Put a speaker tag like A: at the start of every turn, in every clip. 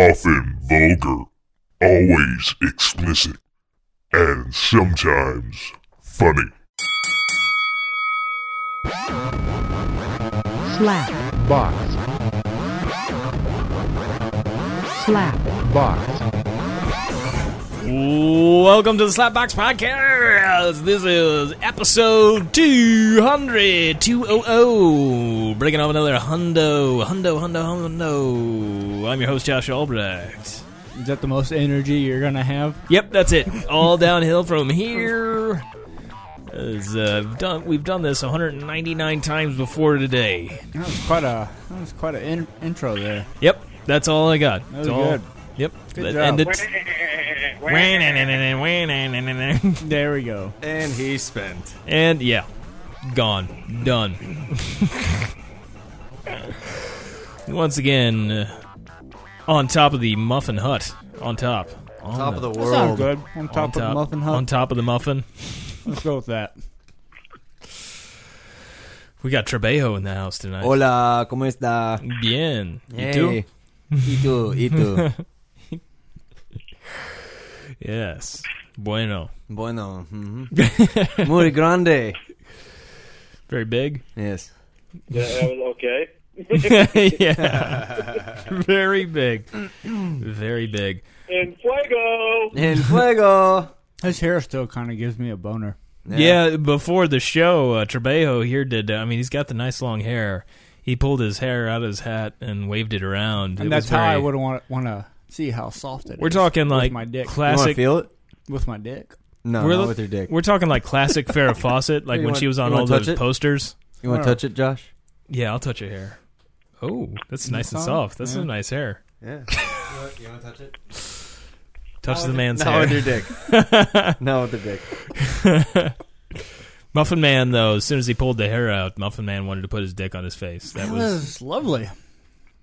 A: often vulgar, always explicit, and sometimes funny.
B: slap
C: box,
B: slap
C: box,
D: Welcome to the Slapbox Podcast. This is episode 200, 200, breaking off another hundo, hundo, hundo, hundo. I'm your host, Josh Albrecht.
E: Is that the most energy you're gonna have?
D: Yep, that's it. All downhill from here. As, uh, we've done, we've done this 199 times before today.
E: That was quite a that was quite an in- intro there.
D: Yep, that's all I got.
E: That was
D: That's all.
E: good.
D: Yep.
E: Good
D: And
E: job.
D: it's-
E: There we go.
F: And he spent.
D: and yeah, gone, done. Once again, uh, on top of the muffin hut, on top, on
F: Top of the
E: That
F: world.
E: sounds good. On top
D: on
E: of the muffin
D: on
E: hut.
D: top of the muffin.
E: Let's go with that.
D: We got Trebejo in the house tonight.
F: Oh. Hola, ¿cómo está?
D: Bien, you too.
F: Hey. ¿Y tú? ¿Y tú?
D: Yes, bueno,
F: bueno. mhm. Muy grande.
D: very big.
F: Yes.
G: okay.
D: yeah, very big, very big.
G: And fuego.
F: En fuego.
E: His hair still kind of gives me a boner.
D: Yeah. before the show, uh, Trebejo here did. I mean, he's got the nice long hair. He pulled his hair out of his hat and waved it around. It
E: And that's
D: was
E: how I
D: very-
E: would want want to see how soft it is.
D: We're talking like
E: with my dick.
F: You want to
D: classic.
F: feel it?
E: with my dick.
F: No,
D: We're
F: not
D: look-
F: with your dick.
D: We're talking like classic Farrah Fawcett, like
F: You
D: when
F: want-
D: she was
F: you
D: on
F: wanna
D: all
F: touch
D: those
F: it?
D: posters.
F: You want to touch it, Josh?
D: Yeah, I'll touch your hair. Oh, that's
E: Isn't it
D: nice and
E: soft?
D: soft. That's
E: Yeah.
D: some nice hair.
F: Yeah. you want to touch it?
D: Touch the man's
F: Not with
D: hair.
F: your dick. Not with your dick.
D: Muffin Man, though, as soon as he pulled the hair out, Muffin Man wanted to put his dick on his face. That was
E: lovely.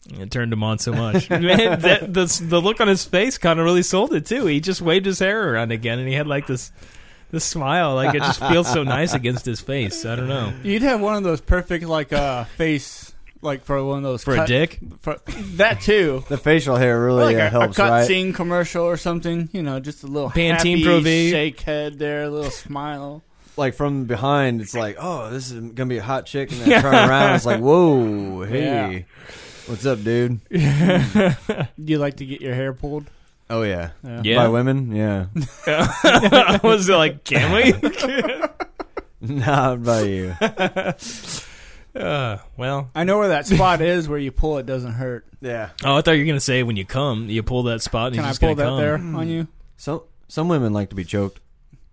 D: it turned him on so much. Man, that, the the look on his face kind of really sold it too. He just waved his hair around again, and he had like this this smile. Like it just feels so nice against his face. I don't know
E: You'd have one of those perfect like uh face like for one of those
D: for a
E: cut-
D: dick.
E: for, that too.
F: The facial hair really
E: like
F: uh,
E: a,
F: helps,
E: a
F: right?
E: cutscene commercial or something, you know, just a little
D: Pantene
E: happy
D: Pro V.
E: shake head there, a little smile.
F: Like from behind, it's like, oh, this is gonna be a hot chick, and then turn around, it's like, whoa, hey, what's up, dude?
E: Do you like to get your hair pulled?
F: Oh yeah, by
D: Yeah,
F: women, yeah.
D: I was like, can we?
F: Not by you.
D: Uh, well,
E: I know where that spot is where you pull it doesn't hurt.
F: Yeah.
D: oh, I thought you were gonna say when you come, you pull that spot and
E: Can
D: you're
E: I
D: just
E: pull that
D: gonna come.
E: there on you?
F: Some some women like to be choked.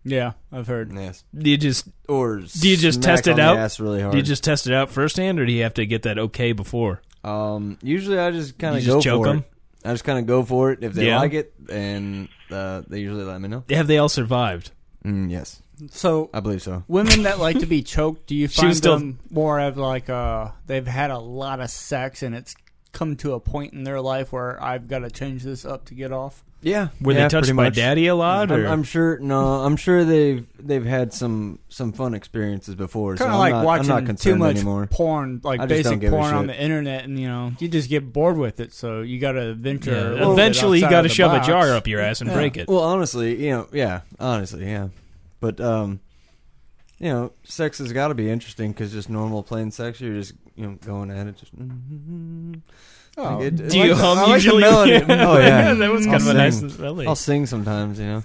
E: Yeah, I've heard.
F: Yes.
D: Do you just
F: Or
D: Do you just
F: smack
D: test it
F: on the
D: out?
F: ass really hard.
D: do you just test it out firsthand, or do you have to get that okay before?
F: um, usually I just kind
D: You
F: of
D: just
F: go
D: choke
F: for
D: 'em?
F: it. I just kind of go for it if they
D: Yeah.
F: like it, and uh, they usually let me know.
D: Have they all survived?
F: Mm, yes,
E: So
F: I believe so.
E: women that like to be choked, do you
D: She
E: find
D: was still-
E: them more of like uh they've had a lot of sex and it's come to a point in their life where I've got to change this up to get off?
F: Yeah.
D: Were
F: yeah,
D: they touched
F: pretty
D: by
F: much.
D: daddy a lot?
F: I'm,
D: Or?
F: I'm sure. No, I'm sure they've they've had some some fun experiences before. so
E: Kind
F: I'm
E: of like
F: not,
E: watching
F: I'm not
E: too
F: concerned
E: much
F: anymore.
E: porn,
F: I
E: like
F: just don't
E: basic
F: give a
E: porn on
F: shit.
E: the internet, and you know you just get bored with it. So you got to venture. a
D: Yeah,
E: little bit
D: eventually, you
E: outside
D: got
E: of
D: to
E: the
D: shove
E: box.
D: a jar up your ass and
F: Yeah.
D: break it.
F: Well, honestly, you know, yeah, honestly, yeah. But um, you know, sex has got to be interesting because just normal plain sex, you're just you know going at it. Just,
E: Oh,
F: Like, it-
D: Do
F: I like
D: you
F: the-
D: hum
F: I like the
D: usually?
F: melody. oh yeah,
D: that was
F: I'll
D: kind of a
F: sing.
D: nice melody.
F: I'll sing sometimes, you know.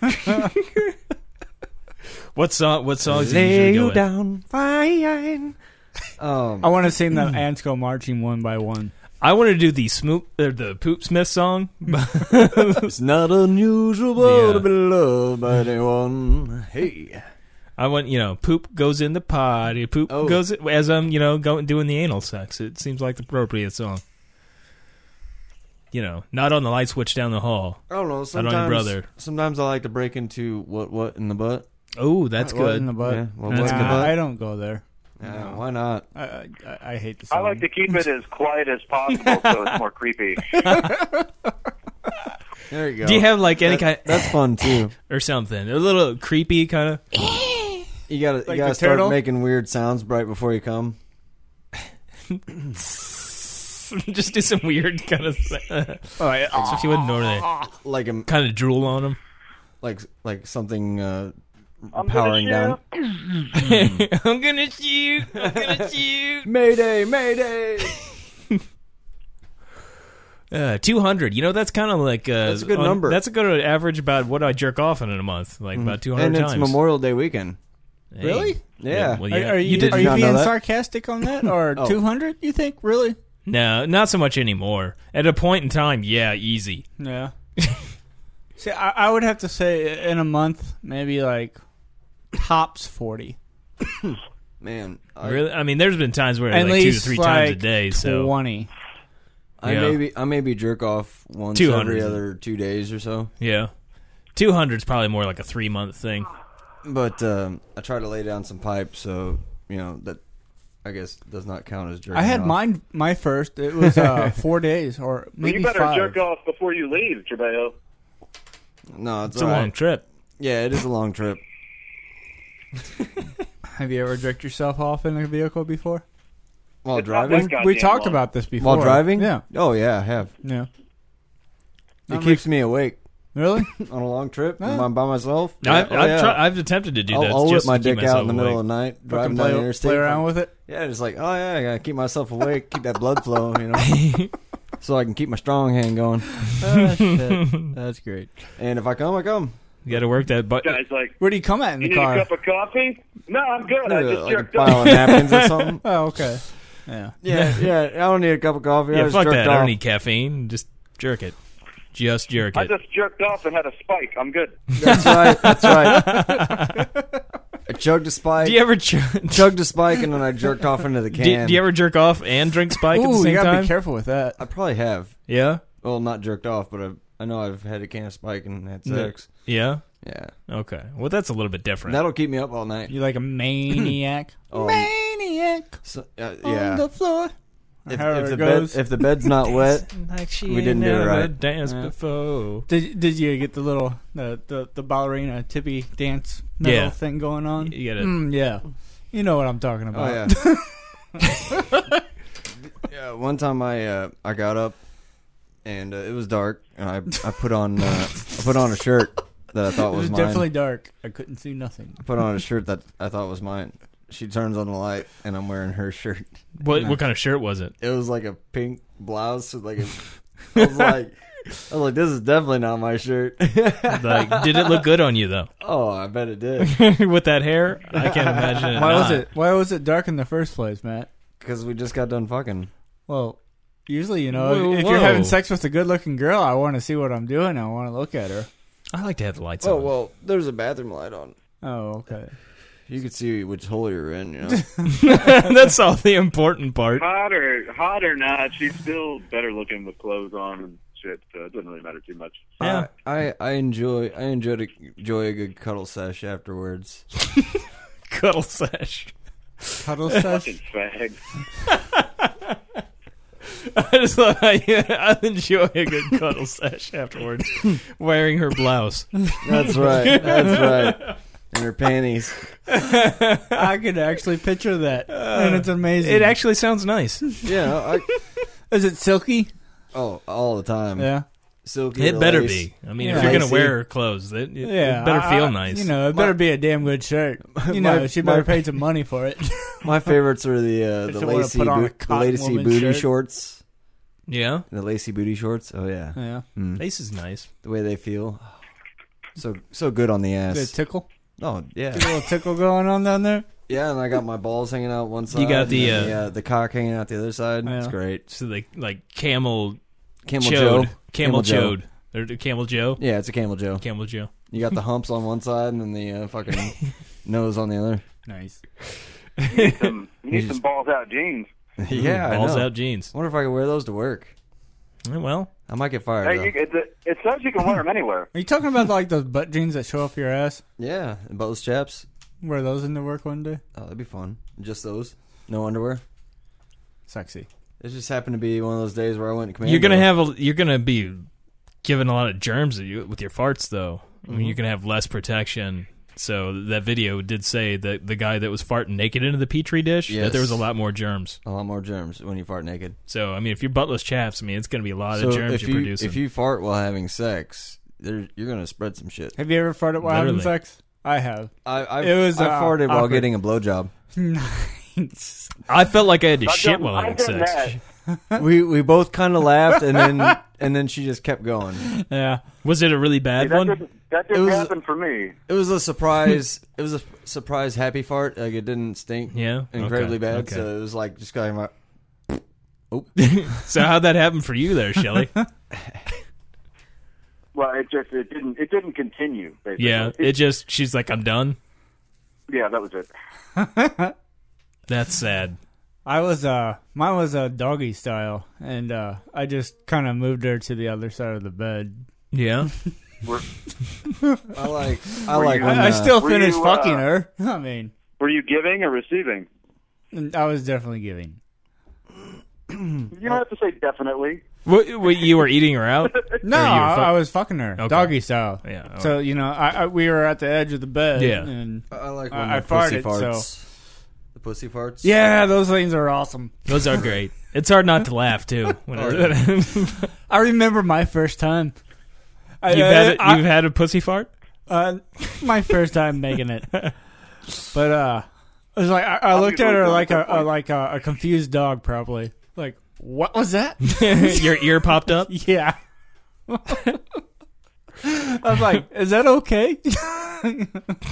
D: What song? What songs do you
F: Lay
D: usually go
F: you
D: with?
F: down, fine. Um,
E: I want to sing the
F: Mm.
E: ants go marching one by one.
D: I want to do the Smoop or the Poop Smith song. Oh.
F: it's not unusual to be loved by anyone. Hey,
D: I want you know, poop goes in the pot. your Poop
F: Oh.
D: goes in, as I'm you know going doing the anal sex. It seems like the appropriate song. You know, not on the light switch down the hall.
F: I don't know.
D: I don't
F: Sometimes,
D: know, brother.
F: sometimes I like to break into what what in the butt.
D: Oh, that's
E: What in
D: good.
E: the butt.
F: Yeah, well,
D: That's
F: what in
D: good.
F: the butt?
E: I don't go there.
F: Yeah, why not?
E: I I, I- I hate this.
G: I like to keep it as quiet as possible so it's more creepy.
F: There you go.
D: Do you have like any
F: That-
D: kind
F: That's fun too.
D: or something? A little creepy kind of.
F: You gotta
E: the
F: you gotta start
E: turtle?
F: making weird sounds right before you come.
D: just do some weird kind of thing. so she wouldn't normally
F: like a
D: kind of drool on him.
F: like like something uh,
G: I'm gonna
F: powering
G: shoot.
F: down.
D: I'm gonna shoot. I'm gonna shoot.
F: Mayday, mayday!
D: Uh, 200. You know, that's kind of like. Uh,
F: That's a good number. Mm.
D: That's a good uh, average about what I jerk off in in a month. Like about 200
F: and it's
D: times.
F: Memorial Day weekend.
D: Hey.
E: Really?
F: Yeah.
D: well,
E: Are, are you,
F: did
E: are you
F: not know
E: being
F: that?
E: sarcastic on that, or
F: Oh.
E: two hundred? You think really?
D: No, not so much anymore. At a point in time, yeah, easy.
E: Yeah. See, I, I would have to say in a month, maybe like tops forty,
F: Man, I,
D: really, I mean, there's been times where
E: at
D: like two to
E: least
D: three
E: like
D: times a day. So
E: twenty.
F: I
D: Yeah.
F: maybe I maybe jerk off once
D: 200.
F: every other two days or so.
D: yeah, 200 is probably more like a three month thing.
F: But um, I try to lay down some pipe, so you know that I guess does not count as jerking.
E: I had
F: off.
E: mine my first. It was uh, four days or
G: Well,
E: maybe
G: you better
E: five.
G: jerk off before you leave, Trebejo.
F: No, it's,
D: It's
F: all
D: a
F: right.
D: long trip.
F: Yeah, it is a long trip.
E: Have you ever jerked yourself off in a vehicle before?
F: While
G: It's not
F: driving,
G: like Goddamn
E: we talked
G: long.
E: about this before.
F: while driving,
E: Yeah.
F: Oh yeah, I have.
E: Yeah.
F: It keeps me awake
E: Really?
F: on a long trip.
E: Yeah.
F: If I'm by myself.
D: No, I've,
F: oh,
D: I've,
F: yeah.
D: tried, I've attempted to do
F: I'll,
D: that.
F: I'll whip
D: just
F: my
D: to keep
F: dick out
D: myself
F: in the middle
D: awake.
F: of the night,
E: Fucking
F: driving down the
E: play,
F: interstate.
E: play around with it.
F: Yeah, just like, oh yeah, I gotta keep myself awake, keep that blood flow, you know, so I can keep my strong hand going. Ah,
E: That's great.
F: And if I come, I come.
D: You got to work that butt.
G: Guys, like,
E: Where do you come at in
G: you
E: the
G: need
E: car?
G: a cup of coffee? No, I'm good.
D: Uh,
G: I just
F: like a
G: jerked
F: pile
G: off.
F: of napkins or something.
E: Oh, okay. Yeah.
F: Yeah, yeah. I don't need a cup of coffee. I
D: Yeah,
F: just
D: fuck
F: jerked
D: that. I
F: off.
D: don't need caffeine. Just jerk it. Just jerk
G: I
D: it.
G: just jerked off and had a spike. I'm good.
F: That's right. That's right. I chugged a spike.
D: do you ever ch-
F: chugged a spike and then I jerked off into the can.
D: Do, do you ever jerk off and drink Spike at the
E: Ooh, you
D: same
E: gotta
D: time?
E: be careful with that.
F: I probably have.
D: yeah,
F: Well, not jerked off, but I've, I know I've had a can of spike and had
D: No.
F: sex.
D: yeah.
F: Yeah,
D: Okay. Well, that's a little bit different.
F: that'll keep me up all night.
E: You like a maniac?
F: Um,
E: maniac
F: So, uh,
E: on the
F: yeah.
E: floor.
F: If,
E: however
F: if
E: it
F: the bed,
E: goes.
F: if the bed's not wet,
D: like she
F: We didn't do it right.
D: Dance
E: Yeah.
D: before.
E: Did Did you get the little the the, the ballerina tippy dance metal
D: Yeah.
E: thing going on?
D: You gotta-
E: Mm, yeah. You know what I'm talking
F: oh
E: about.
F: yeah. yeah. One time I uh, I got up and uh, it was dark and I I put on uh, I put on a shirt that I thought
E: It
F: was,
E: was
F: mine.
E: definitely dark. I couldn't see nothing.
F: put on a shirt that I thought was mine. She turns on the light, and I'm wearing her shirt.
D: What what kind of shirt was it?
F: It was like a pink blouse with like a. I was like, I was like, this is definitely not my shirt.
D: Like, did it look good on you though?
F: oh, I bet it did
D: With that hair, I can't imagine. It
E: Why was
D: not.
E: it Why was it dark in the first place, Matt?
F: because we just got done fucking.
E: Well, usually you know
D: Whoa,
E: if you're
D: whoa.
E: having sex with a good-looking girl, I want to see what I'm doing. I want to look at her.
D: I like to have the lights
F: Oh
D: on.
F: well, there's a bathroom light on.
E: Oh, okay.
F: You could see which hole you're in. You know,
D: that's all the important part.
G: Hot or, hot or not, she's still better looking with clothes on and shit, so it doesn't really matter too much.
D: Yeah.
F: I, I I enjoy I enjoy to enjoy a good cuddle sesh afterwards.
D: Cuddle sesh.
E: Cuddle sesh.
G: Fucking fag.
D: I just love how you. I enjoy a good cuddle sesh afterwards, wearing her blouse.
F: That's right. That's right. And her panties.
E: I could actually picture that,
F: Uh,
E: and it's amazing.
D: It actually sounds nice.
F: Yeah. I,
E: is it silky?
F: oh, all the time.
E: Yeah,
F: Silky.
D: It better
F: lace.
D: be. I mean, if
E: Yeah.
D: you're gonna
F: Lacy.
D: wear clothes, it, it,
E: yeah.
D: it better
E: I-
D: feel
E: I-
D: nice.
E: You know, it
F: My-
E: better be a damn good shirt.
F: My-
E: You know, she better
F: my-
E: pay some money for it.
F: My favorites are the uh, the
E: don't wanna
F: lacy
E: put on a
F: boot, the
E: cotton
F: lacy
E: woman
F: booty
E: shirt.
F: shorts.
D: yeah,
F: The lacy booty shorts. Oh yeah,
E: yeah,
D: face is nice.
F: the way they feel. So so good on the ass.
E: Is it a tickle.
F: oh yeah,
E: A little tickle going on down there.
F: yeah. And I got my balls hanging out one side.
D: You got
F: and
D: the,
F: then
D: uh,
F: the, the cock hanging out the other side.
E: Yeah.
F: It's great.
D: So like like camel
F: Camel Joe.
D: chode, camel chode, or the camel Joe,
F: Yeah, it's a camel Joe.
D: camel Joe.
F: You got the humps on one side and then the uh, fucking nose on the other.
E: Nice.
G: Some, you need some balls out jeans.
F: yeah,
D: balls
F: I know.
D: out jeans.
F: I wonder if I could wear those to work.
D: Eh, Well,
F: I might get fired.
G: Hey,
F: though.
G: you, it, it says you can wear them anywhere.
E: Are you talking about like those butt jeans that show off your ass?
F: Yeah, about those chaps.
E: Wear those into work one day.
F: Oh, that'd be fun. Just those, no underwear.
E: Sexy.
F: It just happened to be one of those days where I went. Commando.
D: you're gonna have a, you're gonna
F: Mm-hmm.
D: be giving a lot of germs of you- with your farts, though. I mean, you're gonna have less protection. So that video did say that the guy that was farting naked into the petri dish that
F: Yes.
D: there was a lot more germs.
F: A lot more germs when you fart naked.
D: So I mean, if you're buttless chaps, I mean, it's going to be a lot
F: So
D: of germs
F: if
D: you're
F: you
D: producing.
F: if you fart while having sex, there, you're gonna spread some shit.
E: Have you ever farted while having
D: Literally.
E: sex? I have.
F: I I,
E: It was,
F: I
E: uh,
F: farted while
E: awkward.
F: getting a blowjob.
E: Nice.
D: I felt like I had to shit
G: done-
D: while
G: I've
D: having
G: done
D: sex.
G: that.
F: we we both kind of laughed and then and then she just kept going.
E: yeah.
D: Was it a really bad
G: That
D: one?
G: didn't, that didn't
F: was-
G: happen for me.
F: It was a surprise. it was a surprise happy fart. Like it didn't stink.
D: Yeah?
F: incredibly
D: Okay,
F: bad.
D: okay.
F: So it was like just going like,
D: So how'd that happen for you there, Shelly?
G: Well, it just it didn't it didn't continue. Basically.
D: yeah, it just she's like, I'm done.
G: yeah, that was it.
D: That's sad.
E: I was uh mine was a doggy style and uh I just kind of moved her to the other side of the bed.
D: Yeah,
G: Were,
F: I like I like.
G: you-
F: when,
E: I, I
F: uh,
E: still
G: Were
E: finished
G: you, uh,
E: fucking her. I mean,
G: were you giving or receiving?
E: I was definitely giving.
G: You don't have to say definitely.
D: what, what, you were eating her out.
E: No,
D: Or you were
E: I,
D: fuck-
E: I was fucking her, doggy style.
D: Yeah, all
E: So you know, I, I we were at the edge of the bed.
D: Yeah.
E: And
F: I like when
E: I- I
F: the pussy
E: farted,
F: farts.
E: so-
F: The pussy farts.
E: yeah, those things are awesome.
D: Those are great. It's hard not to laugh too. Whenever
E: I remember my first time. I, uh,
D: you've had a,
E: I-
D: you've had a pussy fart.
E: uh, my first time making it. But uh, it was like I, I looked at her like a, a like a, a confused dog, probably. Like, what was that?
D: Your ear popped up.
E: yeah. I was like, is that okay?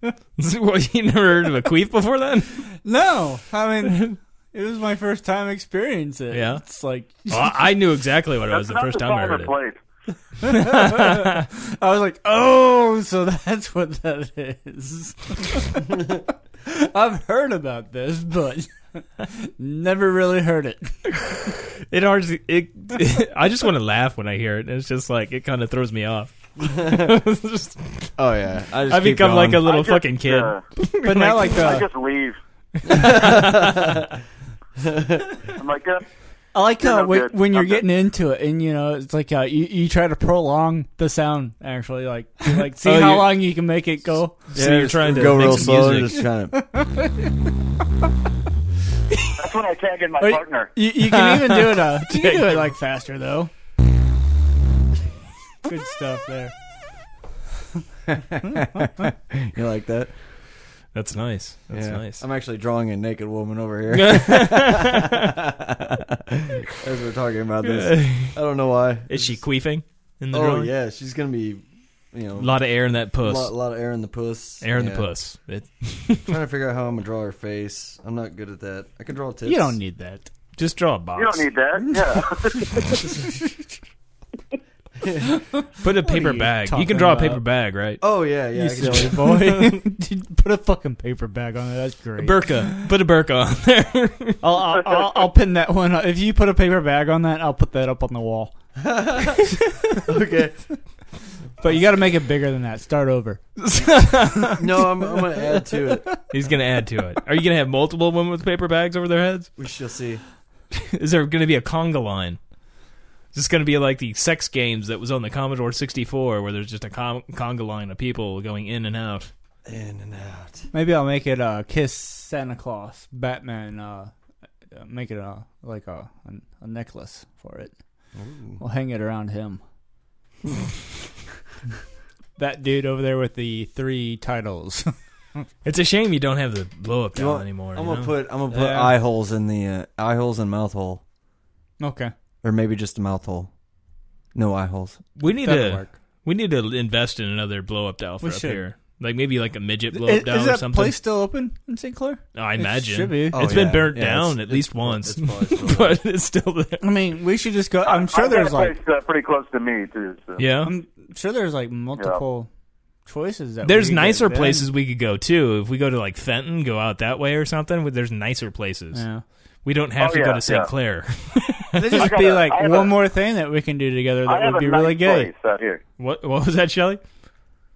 D: what, you never heard of a queef before then?
E: no, I mean, it was my first time experiencing it.
D: Yeah.
E: it's like
D: Well, I knew exactly what it was the
G: Not
D: first
G: the
D: time I
G: time
D: heard
G: or
D: it.
G: place.
E: I was like, oh, so that's what that is. I've heard about this, but never really heard it.
D: It hard. It, I just want to laugh when I hear it. It's just like it kind of throws me off. It's just-
F: Oh yeah. I, just
D: I
F: keep
D: become like a
F: going.
D: little
G: I just,
D: fucking kid.
G: uh,
E: But now, like,
G: I
E: uh,
G: just leave. I'm like, uh,
E: I like
G: You're
E: how
G: no
E: when,
G: good.
E: when you're
G: I'm good.
E: getting into it, and you know, it's like uh, you you try to prolong the sound. Actually, like you, like see
D: Oh,
E: how
D: you-
E: long you can make it go.
D: so you're
F: just
D: trying to
F: go
D: make
F: real
D: some
F: slow. and
D: music.
F: Just kind of.
G: that's when I tag in my
E: Wait.
G: partner.
E: You, you can even do it. Uh, you can do it like faster though. Good stuff there.
F: You like that?
D: That's nice. That's
F: yeah.
D: nice.
F: I'm actually drawing a naked woman over here as we're talking about this. I don't know why.
D: Is she queefing in the
F: Oh
D: drawing?
F: yeah, she's gonna be. You know,
D: A lot of air in that puss.
F: lot, lot of air in the puss.
D: air in the
F: Yeah.
D: puss. It,
F: Trying to figure out how I'm gonna draw her face. I'm not good at that. I can draw tits.
E: You don't need that.
D: just draw a
G: You
D: box.
G: don't need that. Yeah.
D: Put a paper
E: you
D: bag. You
E: talking
D: can draw a
E: about?
D: paper bag, right?
F: Oh yeah, yeah.
E: You
F: I can draw-
E: silly boy. Dude, Put a fucking paper bag on it. That's great.
D: Burka. Put a burka on there.
E: I'll, I'll, I'll, I'll pin that one. Up. If you put a paper bag on that, I'll put that up on the wall.
F: okay.
E: But you got to make it bigger than that. Start over.
F: No, I'm, I'm gonna add to it.
D: He's gonna add to it. Are you gonna have multiple women with paper bags over their heads?
F: We shall see.
D: Is there gonna be a conga line? Is this gonna be like the sex games that was on the Commodore 64, where there's just a con- conga line of people going in and out?
F: In and out.
E: Maybe I'll make it uh, kiss Santa Claus, Batman. Uh, uh, make it a like a, a a necklace for it. We'll hang it around him. that dude over there with the three titles.
D: It's a shame you don't have the blow up
F: You
D: doll
F: want-
D: anymore.
F: I'm
D: you
F: gonna
D: know?
F: put I'm gonna put
E: Yeah.
F: eye holes in the uh, eye holes and mouth hole,
E: okay,
F: or maybe just a mouth hole. No eye holes.
D: we need
E: that'll
D: to
E: work.
D: we need to invest in another blow up doll for
E: We
D: up
E: should.
D: here. Like maybe like a midget blow
E: Is,
D: up
E: is
D: doll or
E: that
D: something.
E: place still open in St. Clair?
D: I
E: It
D: imagine
E: should be.
F: Oh,
D: It's been
F: yeah.
D: burnt
F: Yeah,
D: down
F: it's-
D: at least
F: it's-
D: once,
F: it's probably still there.
D: but it's still there.
E: I mean, we should just go. I'm sure
G: I've got
E: there's
G: a
E: like
G: place, uh, pretty close to me too. So.
D: Yeah,
E: I'm sure there's like multiple choices. That
D: There's
E: we could
D: nicer
E: get.
D: places we could go too. If we go to like Fenton, go out that way or something. but There's nicer places.
E: Yeah.
D: We don't have
G: Oh,
D: to
G: yeah,
D: go to St.
G: yeah.
D: Clair.
E: There'd just
G: got
E: be
G: a-
E: like
G: I have
E: one
G: a-
E: more thing that we can do together
G: I
E: that
G: have
E: would be
G: a nice
E: really good.
G: place out here.
D: what What was that, Shelley?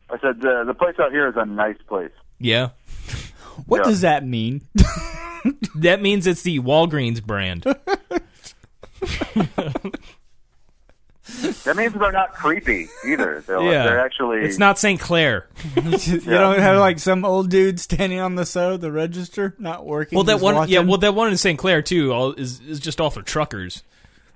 G: I said uh, the place out here is a nice place.
D: Yeah,
E: What
G: Yeah.
E: does that mean?
D: that means it's the Walgreens brand.
G: That means they're not creepy either. They're,
D: Yeah.
G: they're actually.
D: It's not St. Clair.
E: you don't have like some old dude standing on the so the register not working.
D: Well, that
E: just
D: one, yeah.
E: watching.
D: Well, that one in St. Clair too all, is is just off of truckers.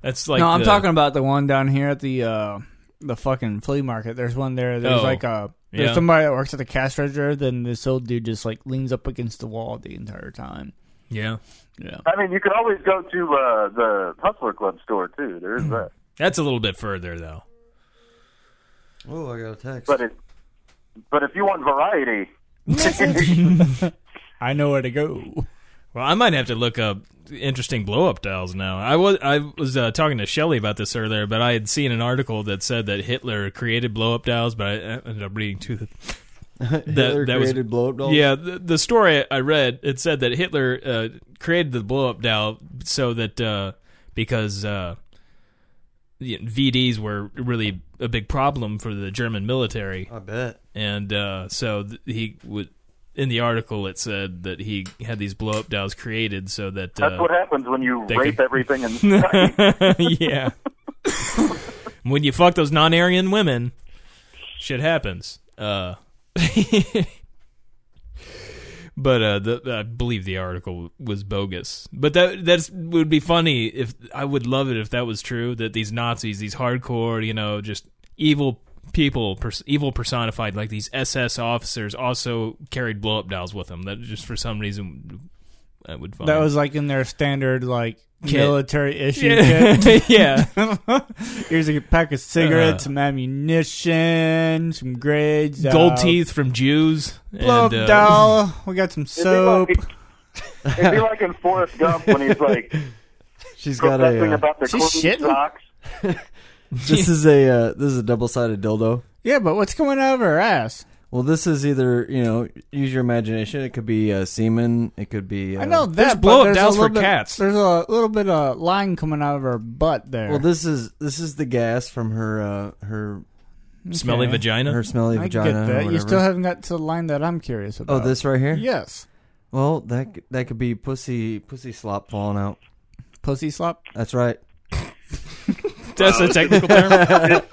D: That's like
E: no, I'm
D: the-
E: talking about the one down here at the uh, the fucking flea market. There's one there. There's
D: Oh.
E: like a there's
D: Yeah.
E: somebody that works at the cash register. Then this old dude just like leans up against the wall the entire time.
D: Yeah,
E: Yeah,
G: I mean, you could always go to uh, the Hustler Club store too. There is that,
D: that's a little bit further though.
F: Oh, I got a text.
G: but it, but if you want variety,
E: I know where to go.
D: Well, I might have to look up interesting blow up dolls now. I was I was uh, talking to Shelley about this earlier, but I had seen an article that said that Hitler created blow up dolls, but I ended up reading too
F: Hitler
D: that was-
F: created blow up dolls.
D: Yeah, the, the story I read it said that Hitler uh, created the blow up doll so that uh, because uh, the VDs were really a big problem for the German military,
F: I bet.
D: and uh, so th- he would. In the article, it said that he had these blow up dolls created so that
G: that's
D: uh,
G: what happens when you
D: they
G: rape
D: could-
G: everything in sight.
D: yeah. when you fuck those non-Aryan women, shit happens. Uh, but uh, the, I believe the article was bogus. But that that's would be funny if I would love it if that was true. That these Nazis, these hardcore, you know, just evil people, pers- evil personified, like these SS officers, also carried blow up dolls with them. That just for some reason. I would find
E: That was like in their standard like
D: Oh, Kit.
E: military issue kit.
D: yeah, yeah. Uh.
E: Here's a pack of cigarettes, some ammunition, some grades,
D: gold
E: uh,
D: teeth from Jews.
E: blow up
D: and, uh,
E: doll. We got some
G: It'd be
E: soap.
G: like- It'd be like in Forrest Gump when he's like
F: She's got
G: protesting
F: a. Uh,
G: about the
E: she's
G: clean
E: shitting?
G: socks.
F: this is a uh, this is a double sided dildo.
E: Yeah, but what's coming out of her ass?
F: Well, this is either you know use your imagination. It could be uh, semen. It could be. Uh,
E: I know
D: There's
E: that.
D: blow-up
E: but there's a
D: dolls for
E: little bit-
D: cats.
E: There's a little bit of line coming out of her butt there.
F: Well, this is this is the gas from her uh, her
D: smelly
E: Okay.
D: vagina.
F: her smelly
E: I
F: vagina.
E: get
F: or
E: that. You
F: whatever.
E: still haven't got to the line that I'm curious
F: Oh,
E: about.
F: this right here.
E: Yes,
F: Well, that c- that could be pussy pussy slop falling out.
E: pussy slop.
F: That's right.
D: That's a technical term.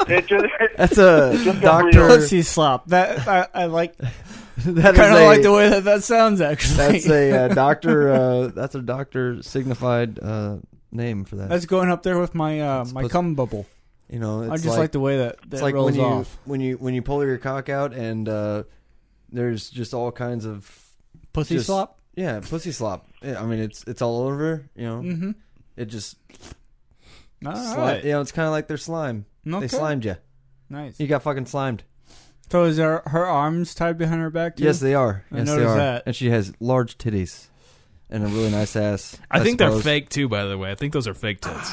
G: It just,
F: That's a doctor.
E: Pussy slop. That I, I like.
F: That
E: Kind
F: is
E: of
F: a-
E: like the way that that sounds. Actually,
F: That's a uh, doctor. Uh, that's a doctor signified uh, name for that.
E: That's going up there with my uh,
F: It's
E: my
F: pussy-
E: cum bubble.
F: you know, it's
E: I just like, the way that, that
F: it's like
E: rolls
F: when you
E: off.
F: when you when you pull your cock out and uh, there's just all kinds of
E: Pussy
F: just-
E: slop.
F: yeah pussy slop. Yeah, I mean, it's it's all over. You know,
E: Mm-hmm.
F: it just
E: All
F: sli-
E: right.
F: you know it's kind of like their slime.
E: Okay.
F: They slimed you.
E: Nice.
F: You got fucking slimed.
E: So is her her arms tied behind her back? Too?
F: Yes, they are.
E: I
F: yes, they
E: noticed
F: are.
E: that.
F: And she has large titties and a really nice ass.
D: I think they're
F: suppose.
D: fake too. By the way, I think those are fake tits.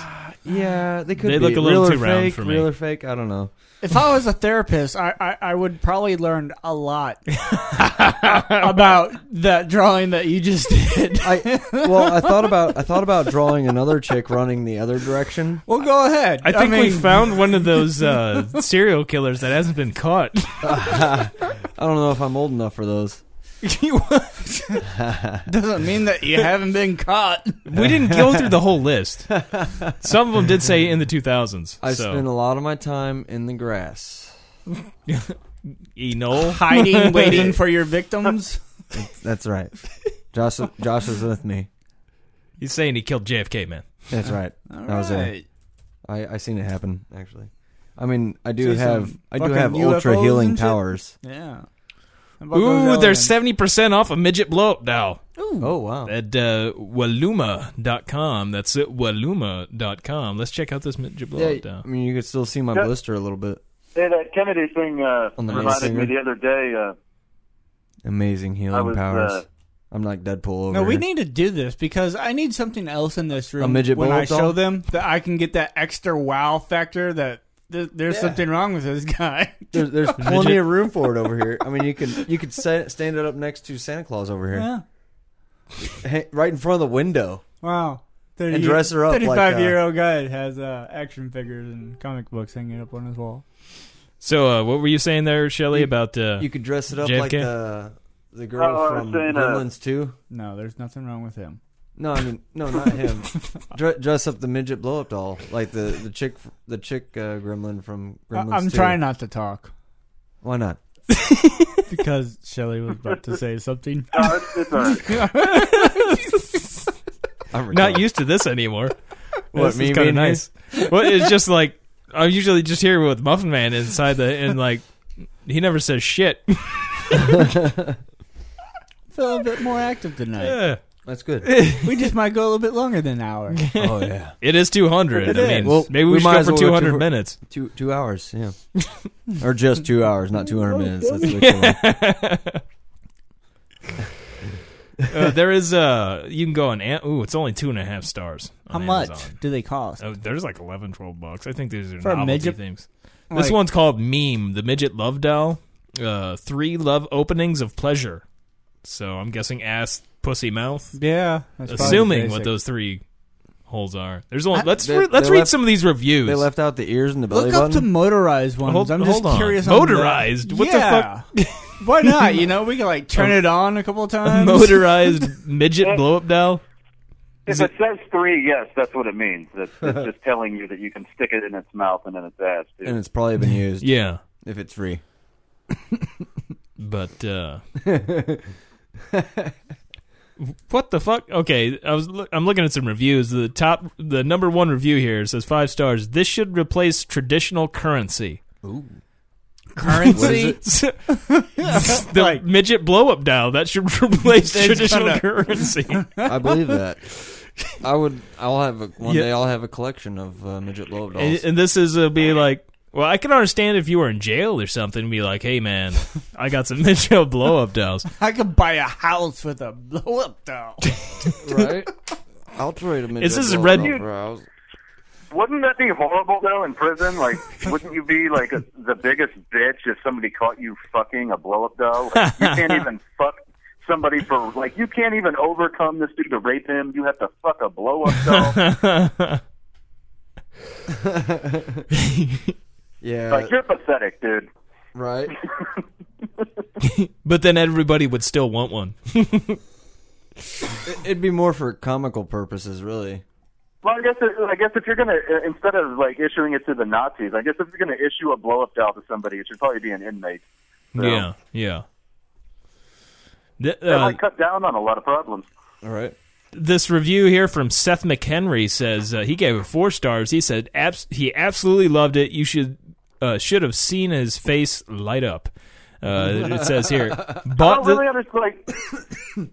F: Yeah, they could.
D: They
F: be.
D: look a little
F: real
D: too
F: or
D: round
F: fake,
D: for me.
F: Real or fake? I don't know.
E: If I was a therapist, I, I, I would probably learn a lot about that drawing that you just did.
F: I well, I thought about I thought about drawing another chick running the other direction.
E: Well, go ahead.
D: I think we
E: mean,
D: found one of those uh, serial killers that hasn't been caught.
F: I don't know if I'm old enough for those.
E: you- doesn't mean that you haven't been caught.
D: We didn't go through the whole list. Some of them did say in the 2000s.
F: I
D: so.
F: spend a lot of my time in the grass.
D: Enol.
E: Hiding, waiting for your victims.
F: That's right. Josh Josh is with me.
D: He's saying he killed JFK, man.
F: That's right.
E: All
F: I was there.
E: right.
F: I I seen it happen actually. I mean, I do
E: See some
F: have I do
E: fucking
F: have ultra
E: UFOs
F: healing
E: and shit?
F: powers.
E: Yeah. How about
D: Ooh,
E: those
D: they're
E: elements?
D: seventy percent off a midget blow up now
F: Oh wow.
D: at uh, Waluma.com. That's it, Waluma.com. Let's check out this midget blow
F: Yeah,
D: up doll.
F: I mean, you could still see my
G: Yeah.
F: blister a little bit.
G: hey, that Kennedy thing uh,
F: On the
G: reminded me
F: singer.
G: the other day. Uh,
F: Amazing healing
G: I was
F: powers.
G: uh,
F: I'm like Deadpool over
E: No, we
F: here.
E: need to do this because I need something else in this room.
F: midget
E: when I
F: bullet doll?
E: show them that I can get that extra wow factor that th- there's
F: Yeah.
E: something wrong with this guy.
F: There's, there's plenty of room for it over here. I mean, you can you could sa- stand it up next to Santa Claus over here,
E: Yeah.
F: Ha- right in front of the window.
E: Wow. 30,
F: And dress her up like,
E: 35
F: uh,
E: year old guy that has uh, action figures and comic books hanging up on his wall.
D: So, uh, what were you saying there, Shelley, about uh,
F: You could dress it up
D: JFK?
F: like the the girl
G: Oh, I was
F: from
G: saying, uh,
F: Gremlins too.
E: No, there's nothing wrong with him.
F: No, I mean no, not him. Dre- dress up the midget blow up doll, like the the chick the chick uh, gremlin from Gremlins.
E: I'm
F: 2.
E: trying not to talk
F: Why not?
E: because Shelly was about to say something.
H: No, it's, it's all right.
F: I'm
D: Not
F: recording.
D: used to this anymore.
F: What,
D: this
F: me
D: is kind
F: being here?
D: of nice. Well, it's just like I'm usually just here with Muffin Man inside the and like he never says shit.
E: Feel a bit more active tonight.
D: Yeah.
F: That's good.
E: we just might go a little bit longer than an hour.
F: oh yeah,
D: It is 200.
F: It
D: I
F: is.
D: mean,
F: Well,
D: maybe we,
F: we
D: should
F: might
D: go
F: as
D: for
F: well go
D: 200
F: to-
D: minutes.
F: two two hours, yeah, or just two hours, not 200 minutes. That's ridiculous.
D: Uh, there is uh you can go on. Am- Ooh, it's only two and a half stars.
E: How
D: on
E: much
D: Amazon.
E: do they cost?
D: Oh, there's like 11, 12 bucks. I think these are
E: For a
D: novelty
E: midget-
D: things.
E: Like,
D: this one's called Meme, the Midget Love Doll. Uh, three love openings of pleasure. So I'm guessing ass, pussy, mouth.
E: Yeah. that's probably
D: assuming what
E: basic.
D: those three holes are. There's only
E: I-
D: let's
F: they-
D: re- let's
F: they
D: read
F: left-
D: some of these reviews.
F: They left out the ears and the belly
E: Look up
F: button.
E: to motorized ones.
D: Hold-
E: I'm just
D: hold on.
E: curious.
D: Motorized?
E: On
D: What the
E: the fuck? Why not? You know, we can like turn it on a couple
D: a
E: times.
D: motorized midget blow up doll.
H: If it says three, yes, that's what it means. That's it's just telling you that you can stick it in its mouth and in its ass. Too.
F: and it's probably been used
D: Yeah,
F: if it's free.
D: but uh what the fuck? Okay, I was loo- I'm looking at some reviews. The top, the number one review here says five stars. This should replace traditional currency.
E: currency.
D: the midget blow up doll that should replace traditional currency.
F: I believe that. I would. I'll have a, one
D: Yeah.
F: day. I'll have a collection of uh, midget blow dolls.
D: And, and this is uh, be like, well, I can understand if you were in jail or something, be like, hey man, I got some midget blow up dolls.
E: I could buy a house with a blow up doll.
F: right? I'll trade a midget.
D: this
F: blow
D: red-
F: doll for a house.
H: Wouldn't that be horrible though in prison? Like, wouldn't you be like a, the biggest bitch if somebody caught you fucking a blow up doll? Like, you can't even fuck somebody for like you can't even overcome this dude to rape him. You have to fuck a blow up doll.
F: Yeah.
H: like you're pathetic, dude.
F: right.
D: But then everybody would still want one.
F: It- It'd be more for comical purposes, really.
H: Well, I guess I guess if you're gonna uh, instead of like issuing it to the Nazis, I guess if you're gonna issue a blow up doll to somebody, it should probably be an inmate. So,
D: Yeah, yeah. Th-
H: That
D: uh,
H: might cut down on a lot of problems.
F: All right.
D: this review here from Seth McHenry says uh, he gave it four stars. He said abs- he absolutely loved it. You should uh, should have seen his face light up. Uh, it says here,
H: I
D: bought
H: don't
D: uh, the-
H: really understand. Like,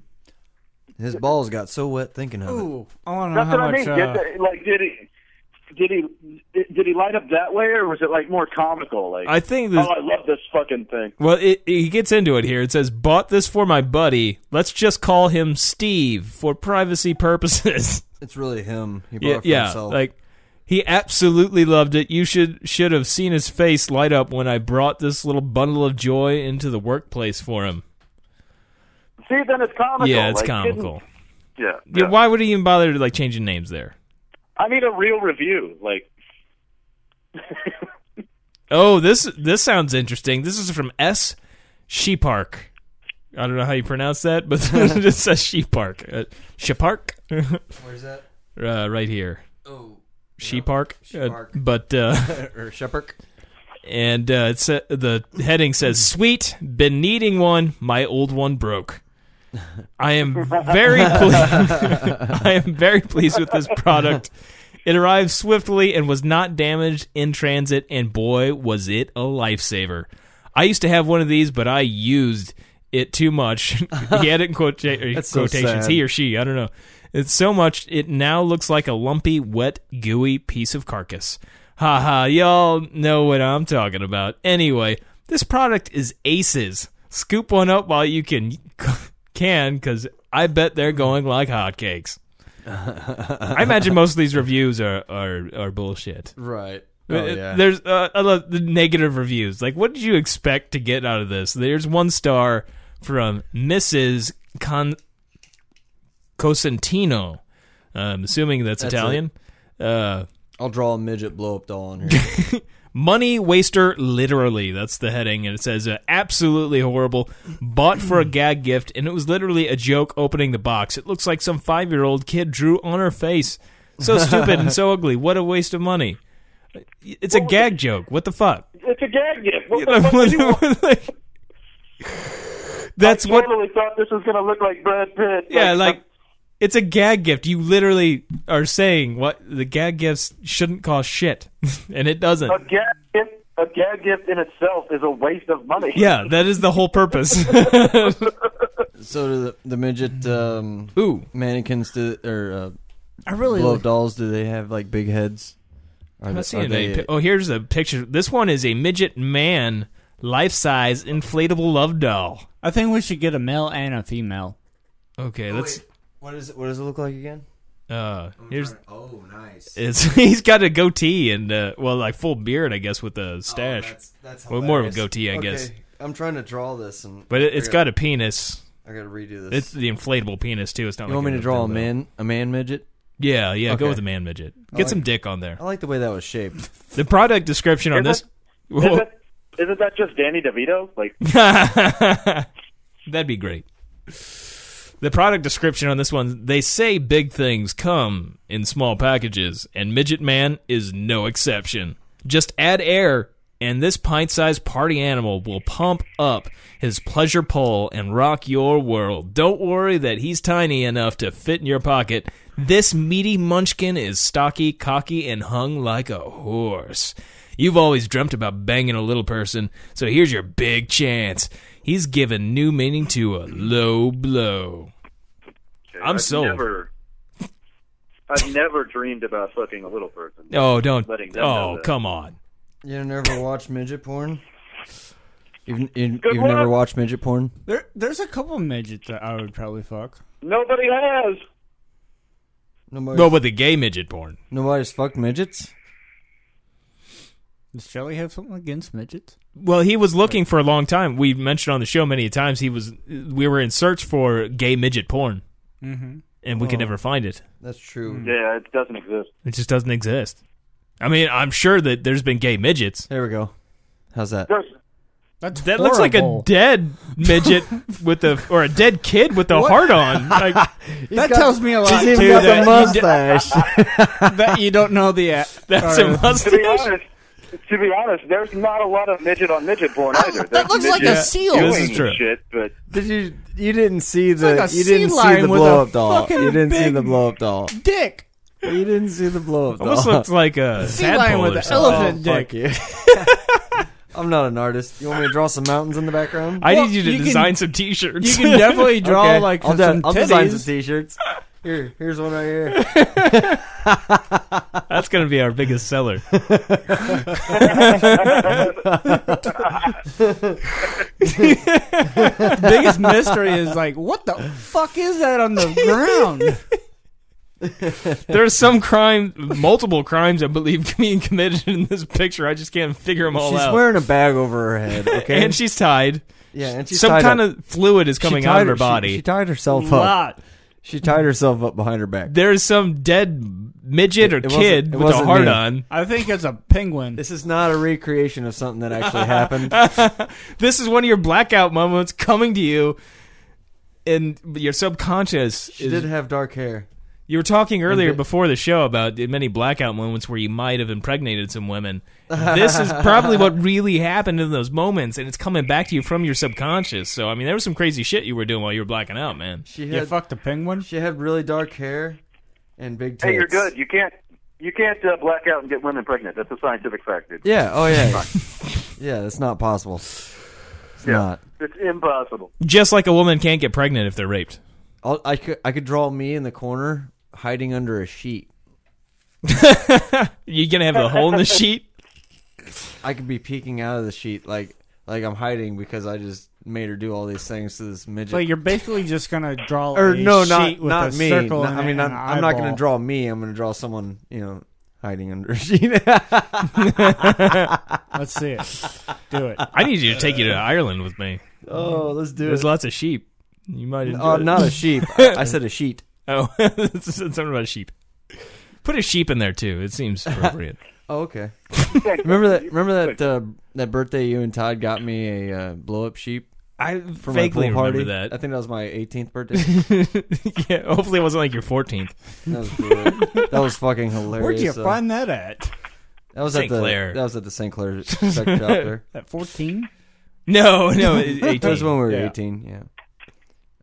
F: His balls got so wet thinking of it.
E: Ooh, I want to know
H: That's
E: how
H: what I
E: much.
H: mean. Did
E: uh,
H: they- like, did he? Did he did he light up that way, or was it like more comical? Like,
D: I think
H: oh,
D: this,
H: I love this fucking thing.
D: Well, it, it- he gets into it here. It says, "Bought this for my buddy. Let's just call him Steve for privacy purposes."
F: It's really him. He bought
D: yeah,
F: it for
D: yeah.
F: himself.
D: Like he absolutely loved it. You should should have seen his face light up when I brought this little bundle of joy into the workplace for him.
H: See, then it's comical.
D: yeah, it's
H: like,
D: comical.
H: didn't- Yeah,
D: Yeah.
H: yeah.
D: why would he even bother to like changing names there?
H: I need a real review. Like,
D: Oh, this this sounds interesting. This is from S. Sheepark. I don't know how you pronounce that, but it just says Sheepark. Uh, Sheepark.
F: Where's that?
D: uh, right here.
F: Oh.
D: Sheep Park. Uh,
F: Park.
D: but uh,
F: or Shepherd.
D: and uh, it's, uh, the heading says, "Sweet, been needing one. My old one broke." I am very ple- I am very pleased with this product. It arrived swiftly and was not damaged in transit, and boy, was it a lifesaver! I used to have one of these, but I used it too much. he had it in quota-
F: That's so
D: quotations.
F: sad.
D: he or she, I don't know. It's so much it now looks like a lumpy, wet, gooey piece of carcass. Ha ha! y'all know what I'm talking about. Anyway, this product is aces. Scoop one up while you can can cuz I bet they're going like hotcakes. I imagine most of these reviews are are, are bullshit.
F: Right.
D: Uh, There's uh, I love the negative reviews. Like, what did you expect to get out of this? There's one star from Mrs. Con- Cosentino. I'm assuming that's,
F: That's
D: Italian. Uh,
F: I'll draw a midget blow up doll on here.
D: Money waster, literally. That's the heading, and it says uh, absolutely horrible. Bought for a gag gift, and it was literally a joke. Opening the box, it looks like some five-year-old kid drew on her face. So stupid and so ugly. What a waste of money. It's a gag joke. What the fuck?
C: It's a gag gift. What, what, what do you want?
D: That's
C: I
D: what.
C: totally thought this was going to look like Brad Pitt.
D: Yeah, like it's a gag gift. You literally are saying what the gag gifts shouldn't cost shit, and it doesn't.
C: a, a gag gift. A gag gift in itself is a waste of money.
D: Yeah, that is the whole purpose.
F: So do the, the midget um,
D: Mm. Ooh,
F: mannequins do, or uh,
E: I really
F: blow
E: like,
F: up dolls? Do they have like big heads? Are
D: I'm
F: they-
D: seeing
F: are
D: a
F: they-
D: pi- Oh, here's a picture. This one is a midget man, life size inflatable love doll.
E: I think we should get a male and a female.
D: Okay, let's.
F: what is it? What does it look like again?
D: Uh, here's
H: Oh, nice.
D: it's, he's got a goatee and uh, well, like full beard, I guess, with a
H: Oh,
D: stash.
H: that's, that's
D: well, more of a
H: hilarious.
D: goatee, I guess.
F: I'm trying to draw this, and
D: But it,
F: I
D: it's
F: gotta-
D: got a penis.
F: I gotta redo this.
D: It's the inflatable penis too. It's not.
F: you
D: like
F: want me
D: a
F: to draw a
D: dildo.
F: man, a man midget?
D: Yeah, yeah. Go
F: Okay.
D: with a man midget. Get
F: like
D: some
F: it.
D: dick on there.
F: I like the way that was shaped.
D: The product description on this.
C: Is Isn't, isn't that just Danny DeVito? Like,
D: That'd be great. The product description on this one, they say big things come in small packages, and Midget Man is no exception. Just add air, and this pint sized party animal will pump up his pleasure pole and rock your world. Don't worry that he's tiny enough to fit in your pocket. This meaty munchkin is stocky, cocky, and hung like a horse. You've always dreamt about banging a little person, so here's your big chance. He's given new meaning to a low blow. I'm
C: I've
D: sold.
C: Never, I've never dreamed about fucking a little person.
D: Oh, don't.
C: Letting them know
D: Oh,
C: that.
D: come on.
F: You never watched midget porn? You've, you,
C: Good
F: you've never
C: one.
F: watched midget porn?
E: There, there's a couple midgets that I would probably fuck.
C: Nobody has.
F: Nobody's,
D: No, but the gay midget porn.
F: nobody's fucked midgets.
E: Does Shelly have something against midgets?
D: Well, he was looking for a long time. We mentioned on the show many times he was. We were in search for gay midget porn,
E: Mm-hmm.
D: and we could never find it.
F: That's true.
H: Mm.
C: Yeah, it doesn't exist.
D: It just doesn't exist. I mean, I'm sure that there's been gay midgets.
F: There we go. How's that?
C: There's,
E: That's
D: That looks like a
E: horrible.
D: dead midget with a or a dead kid with a heart on. Like,
E: that tells me a lot
F: He's
E: too.
F: even got
E: That,
F: the mustache.
E: that you don't know the.
D: that's a
C: to be
D: mustache.
C: honest, to be honest, there's not a lot of midget on midget porn either. Ah, that
E: looks like a seal.
D: This is true.
C: Shit, but
F: Did you? You didn't see the.
E: like a
F: you
E: sea
F: didn't see
E: lion
F: the
E: with a
F: blow up doll.
E: fucking
F: You didn't see
E: big-
F: the blow up doll.
E: dick.
F: You didn't see the blow up doll.
D: Almost looks like a
E: Sea lion
D: tadpole
E: with
D: or
E: an
D: something.
E: elephant
F: Oh,
E: dick.
F: fuck you. I'm not an artist. You want me to draw some mountains in the background?
D: I
E: Well,
D: need you to
E: you can-
D: design some t-shirts.
E: You can definitely draw
F: Okay,
E: like
F: I'll,
E: some
F: de- I'll design some
E: titties.
F: t-shirts. Here, here's one right here.
D: That's going to be our biggest seller.
E: biggest mystery is like, what the fuck is that on the ground?
D: There's some crime, multiple crimes, I believe, being committed in this picture. I just can't figure them all
F: She's
D: out.
F: wearing a bag over her head. Okay,
D: and she's tied.
F: yeah, and she's
D: some
F: tied
D: kind
F: up.
D: of fluid is
F: She
D: coming
F: tied
D: out of her
F: she-
D: body.
F: She, tied herself up. She tied herself up behind her back.
D: There's some dead midget or
F: It wasn't-
D: kid
F: it
D: with a
F: wasn't
D: heart
F: me.
D: on.
E: I think it's a penguin.
F: This is not a recreation of something that actually happened.
D: This is one of your blackout moments coming to you, and your subconscious
F: She
D: is
F: did have dark hair.
D: You were talking earlier
F: the-
D: before the show about the many blackout moments where you might have impregnated some women. This is probably what really happened in those moments, and it's coming back to you from your subconscious. So, I mean, there was some crazy shit you were doing while you were blacking out, man.
F: She
E: You
F: had
E: fucked a penguin?
F: she had really dark hair and big tits.
C: hey, you're good. You can't. You can't uh, black out and get women pregnant. That's a scientific fact, dude.
F: Yeah. Oh yeah. yeah. That's not possible. It's not.
C: It's impossible.
D: Just like a woman can't get pregnant if they're raped.
F: I'll, I could I could draw me in the corner hiding under a sheet.
D: You gonna have a hole in the sheet?
F: I could be peeking out of the sheet like like I'm hiding because I just made her do all these things to this midget.
E: So you're basically just gonna draw
F: or
E: a
F: no,
E: sheet
F: not
E: with
F: not
E: a
F: me.
E: circle.
F: No,
E: and
F: I mean,
E: a-
F: I'm,
E: and an
F: I'm not going
E: eyeball.
F: to draw me. I'm going to draw someone, you know, hiding under a sheet.
E: Let's see it. Do it.
D: I need you to take you to Ireland with me.
F: oh, let's do
D: There's
F: it.
D: lots of sheep. You might enjoy.
F: Oh,
D: it.
F: not a sheep. I, I said a sheet.
D: Oh, something about a sheep. Put a sheep in there too. It seems appropriate.
F: Oh, okay. remember that? Remember that? Uh, that birthday you and Todd got me a uh, blow up sheep
D: I
F: for
D: vaguely
F: my pool party.
D: remember that.
F: I think that was my 18th birthday.
D: yeah, hopefully it wasn't like your 14th.
F: That was, great. that was fucking hilarious.
E: Where'd you
F: though.
E: find that at?
F: That was
D: St.
F: at the
D: Clair.
F: that was at the St. Clair sex shop there.
E: At fourteen?
D: No, no, it-
F: That was
D: 18.
F: when we were
E: Yeah.
F: 18. Yeah,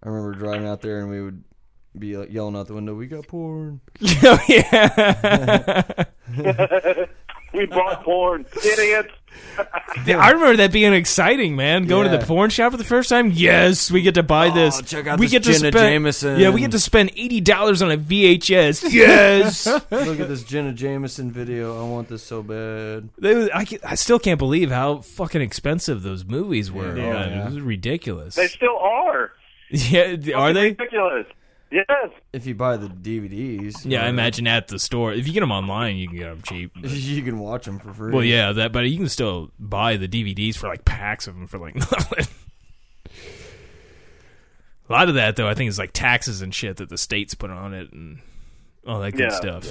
F: I remember driving out there and we would be like, yelling out the window, "We got porn."
D: Oh, yeah.
G: We bought porn, idiots.
D: I remember that being exciting, man. Going to
F: Yeah. Oh,
D: the porn shop for the first time. Yes, we get to buy this.
F: check out
D: we
F: this
D: get
F: gin
D: to
F: and
D: spend,
F: Jameson.
D: Yeah, we get to spend eighty dollars on a VHS. Yes,
F: Look at this Jenna Jameson video. I want this so bad.
D: They was- I, ca- I still can't believe how fucking expensive those movies were.
F: Yeah.
D: man.
F: Yeah.
D: This is ridiculous.
G: They still are.
D: Yeah, are they?
G: Ridiculous. Yes.
F: If you buy the DVDs,
D: Yeah, I
F: uh,
D: imagine at the store. If you get them online, you can get them cheap. but-
F: you can watch them for free.
D: Well, yeah, that. But you can still buy the DVDs for like packs of them for like nothing. A lot of that, though, I think is like taxes and shit that the states put on it and all that good
G: Yeah,
D: stuff.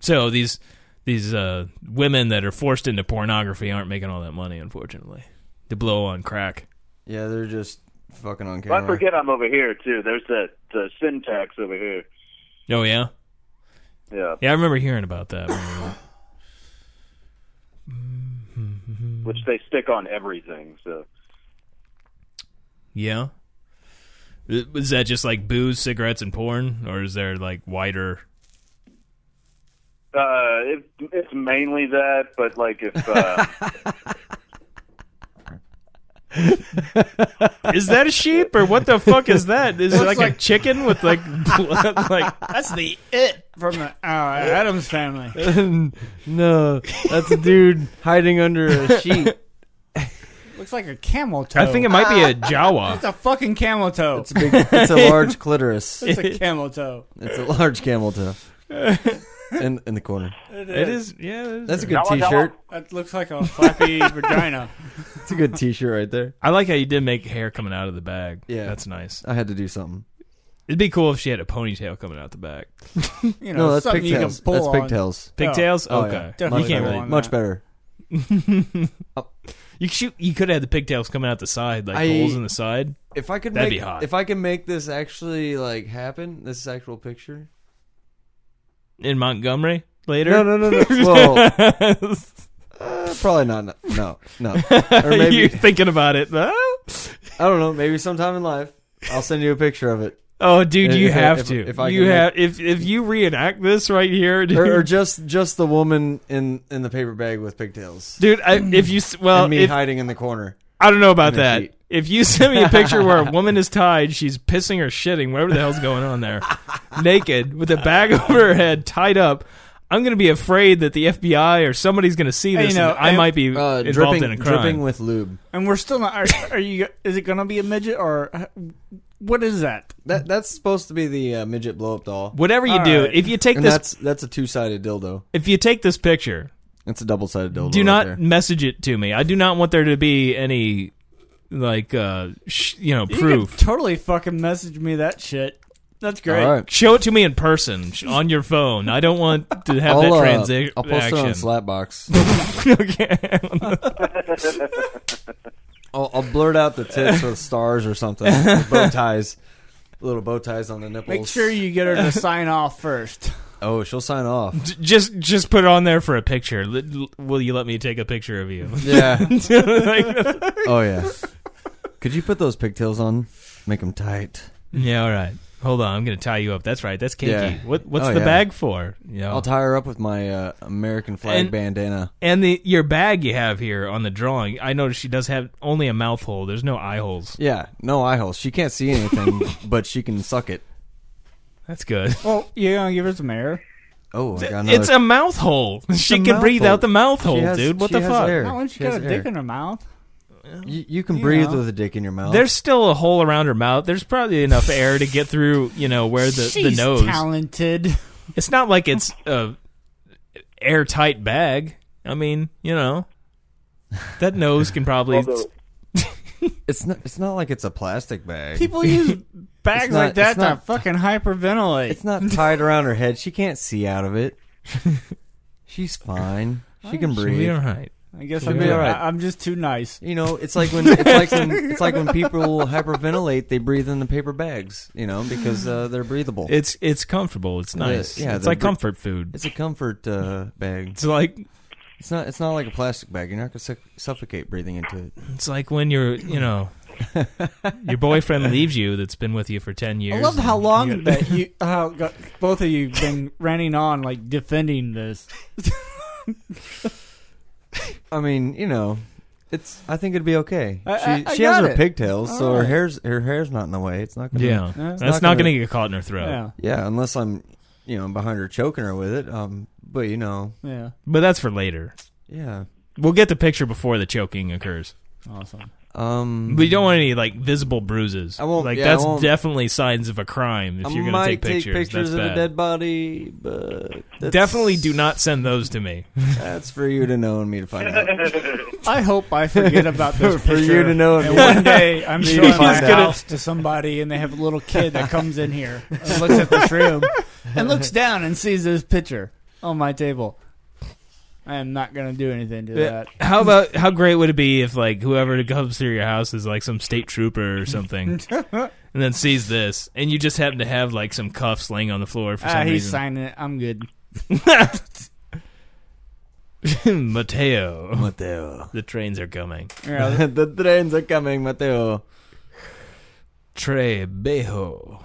D: so these these uh, women that are forced into pornography aren't making all that money, unfortunately. To blow on crack.
F: yeah, they're just fucking on
G: Well,
F: camera.
G: I forget I'm over here too. There's that the syntax over here.
D: Oh yeah,
G: Yeah.
D: yeah. I remember hearing about that. when we were-
G: Which they stick on everything. So
D: yeah. Is that just like booze, cigarettes, and porn, or is there like wider?
G: uh, it, it's mainly that, but like if uh,
D: Is that a sheep or what the fuck is that? Is it like, a chicken with like blood? Like
E: That's the it from the uh, Adams family.
F: no, that's a dude hiding under a sheet.
E: Looks like a camel toe.
D: I think it might be a Jawa.
E: it's a fucking camel toe.
F: It's a big. It's a large clitoris.
E: It's a camel toe.
F: It's a large camel toe. In in the corner.
D: It is. Yeah. it is.
F: That's a good T-shirt.
E: That looks like a flappy vagina.
F: It's a good T-shirt right there.
D: I like how you did make hair coming out of the bag.
F: Yeah.
D: that's nice.
F: I had to do something.
D: It'd be cool if she had a ponytail coming out the back.
E: You know,
F: No, that's
E: something
F: pigtails.
E: you can
F: That's
E: pull on.
F: pigtails.
D: Pigtails.
F: Oh, yeah.
D: okay.
E: Definitely
D: You can't
E: pull
D: really.
E: on
F: Much
E: that.
F: better.
D: You shoot. You could have the pigtails coming out the side, like
F: I-
D: holes in the side.
F: If I could
D: That'd
F: make,
D: be hot.
F: if I can make this actually like happen, this actual picture.
D: In Montgomery later.
F: No, no, no, no. well, uh, probably not. no, No, no. Or
D: You're
F: maybe
D: thinking about it. huh?
F: I don't know. Maybe sometime in life, I'll send you a picture of it,
D: Oh, dude,
F: If-
D: you
F: if I-
D: have
F: if-
D: to.
F: if I
D: you
F: can make-
D: have if if you reenact this right here, dude,
F: or, or just just the woman in in the paper bag with pigtails
D: dude I, if you s- well,
F: and me
D: Uh, if,
F: hiding in the corner.
D: I don't know about
F: in a
D: that.
F: sheet.
D: If you send me a picture where a woman is tied, she's pissing or shitting, whatever the hell's going on there, naked with a bag over her head, tied up. I'm gonna be afraid that the FBI or somebody's gonna see
E: Hey,
D: this.
E: you know,
D: and I
E: I'm-
D: might be
F: Uh,
D: involved
F: dripping,
D: in a crime.
F: dripping with lube.
E: And we're still not. Are, are you? Is it gonna be a midget or what is that?
F: That that's supposed to be the uh, midget blow up doll.
D: Whatever you
E: All
D: do,
E: right.
D: if you take
F: And
D: this,
F: that's that's a two sided dildo.
D: if you take this picture,
F: It's a double sided dildo.
D: do
F: right
D: not
F: there.
D: message it to me. I do not want there to be any like uh sh- you know
E: You
D: proof.
E: can totally fucking message me that shit. That's great.
F: All right.
D: Show it to me in person sh- on your phone. I don't want to have
F: I'll,
D: that
F: uh,
D: transaction.
F: I'll post it on Slapbox. I'll, I'll blurt out the tits with stars or something, with bow ties, little bow ties on the nipples.
E: Make sure you get her to sign off first.
F: Oh, she'll sign off.
D: J- just just put it on there for a picture. L- l- will you let me take a picture of you?
F: Yeah.
D: Like-
F: Oh yeah. Could you put those pigtails on? Make them tight.
D: yeah, all right. Hold on, I'm gonna tie you up. That's right. That's kinky.
F: Yeah.
D: What what's
F: Oh,
D: the
F: yeah.
D: bag for? You know?
F: I'll tie her up with my uh, American flag
D: Oh. And-
F: bandana.
D: and the your bag you have here on the drawing. I noticed she does have only a mouth hole. There's no eye holes.
F: Yeah, no eye holes. She can't see anything, but she can suck it.
D: That's good.
E: Well, you gonna give her some air?
F: Oh, I got another.
D: It's a mouth hole. she
F: a
D: can
F: mouth
D: breathe
F: hole.
D: out the mouth
F: She
D: hole,
F: has-
D: dude. What
F: she
D: the
F: has
D: fuck?
F: air.
E: Not when she,
F: She
E: got a
F: has
E: dick
F: air.
E: in her mouth.
F: You, you can
E: You
F: breathe
E: know.
F: with a dick in your mouth.
D: There's still a hole around her mouth. There's probably enough air to get through, you know, where the,
E: She's
D: the nose.
E: talented.
D: It's not like it's a airtight bag. I mean, you know, that nose can probably.
G: although-
F: It's not. It's not like it's a plastic bag.
E: People use bags
F: It's not-
E: like that
F: it's
E: to
F: not-
E: fucking hyperventilate.
F: It's not tied around her head. She can't see out of it. She's fine. She can
D: She'll be
F: breathe.
D: all right.
E: I guess
F: She'll
E: I'm,
F: be all right.
E: I- I'm just too nice.
F: You know, it's like when it's like when it's like when people hyperventilate, they breathe in the paper bags. You know, because uh, they're breathable.
D: It's it's comfortable. It's nice.
F: yeah,
D: it's
F: the
D: like
F: br-
D: comfort food.
F: It's a comfort uh, bag.
D: It's like
F: It's not. It's not like a plastic bag. You're not gonna suff suffocate breathing into it.
D: it's like when you're you know your boyfriend leaves you that's been with you for ten years.
E: I love how
D: and
E: long
D: you gotta-
E: that you, how go- both of you've been ranting on, like defending this.
F: I mean, you know, it's. I think it'd be okay. She
E: I- I- I
F: she has
E: got
F: her
E: it.
F: pigtails, so her
E: Alright.
F: hair's her hair's not in the way. It's not gonna.
D: Yeah,
E: Yeah.
F: It's
D: that's not
F: not
D: going
F: gonna-
D: to get caught in her throat.
E: Yeah,
F: Yeah, unless I'm, you know, behind her choking her with it. Um, but you know,
E: yeah,
D: But that's for later.
F: yeah.
D: We'll get the picture before the choking occurs.
E: awesome.
F: Um,
D: But you don't want any like visible bruises.
F: I won't-
D: like
F: yeah, I
D: that's
F: won't-
D: definitely signs of a crime if
F: I
D: you're going
F: might
D: to take pictures.
F: of
D: that's
F: a
D: bad.
F: dead body, but that's,
D: Definitely do not send those to me.
F: That's for you to know and me to find out.
E: I hope I forget about this
F: For
E: picture.
F: you to know and
E: And
F: me to
E: one day I'm
F: Need to
E: showing my
F: find out.
E: house to somebody, and they have a little kid that comes in here and looks at this room and looks down and sees this picture on my table. I am not gonna do anything to that.
D: How about how great would it be if like whoever comes through your house is like some state trooper or something, and then sees this, and you just happen to have like some cuffs laying on the floor for some
E: Ah, he's
D: reason.
E: signing it. I'm good.
D: Mateo,
F: Mateo.
D: the trains are coming.
E: Here, I'll-
F: the trains are coming, Mateo.
D: Trebejo.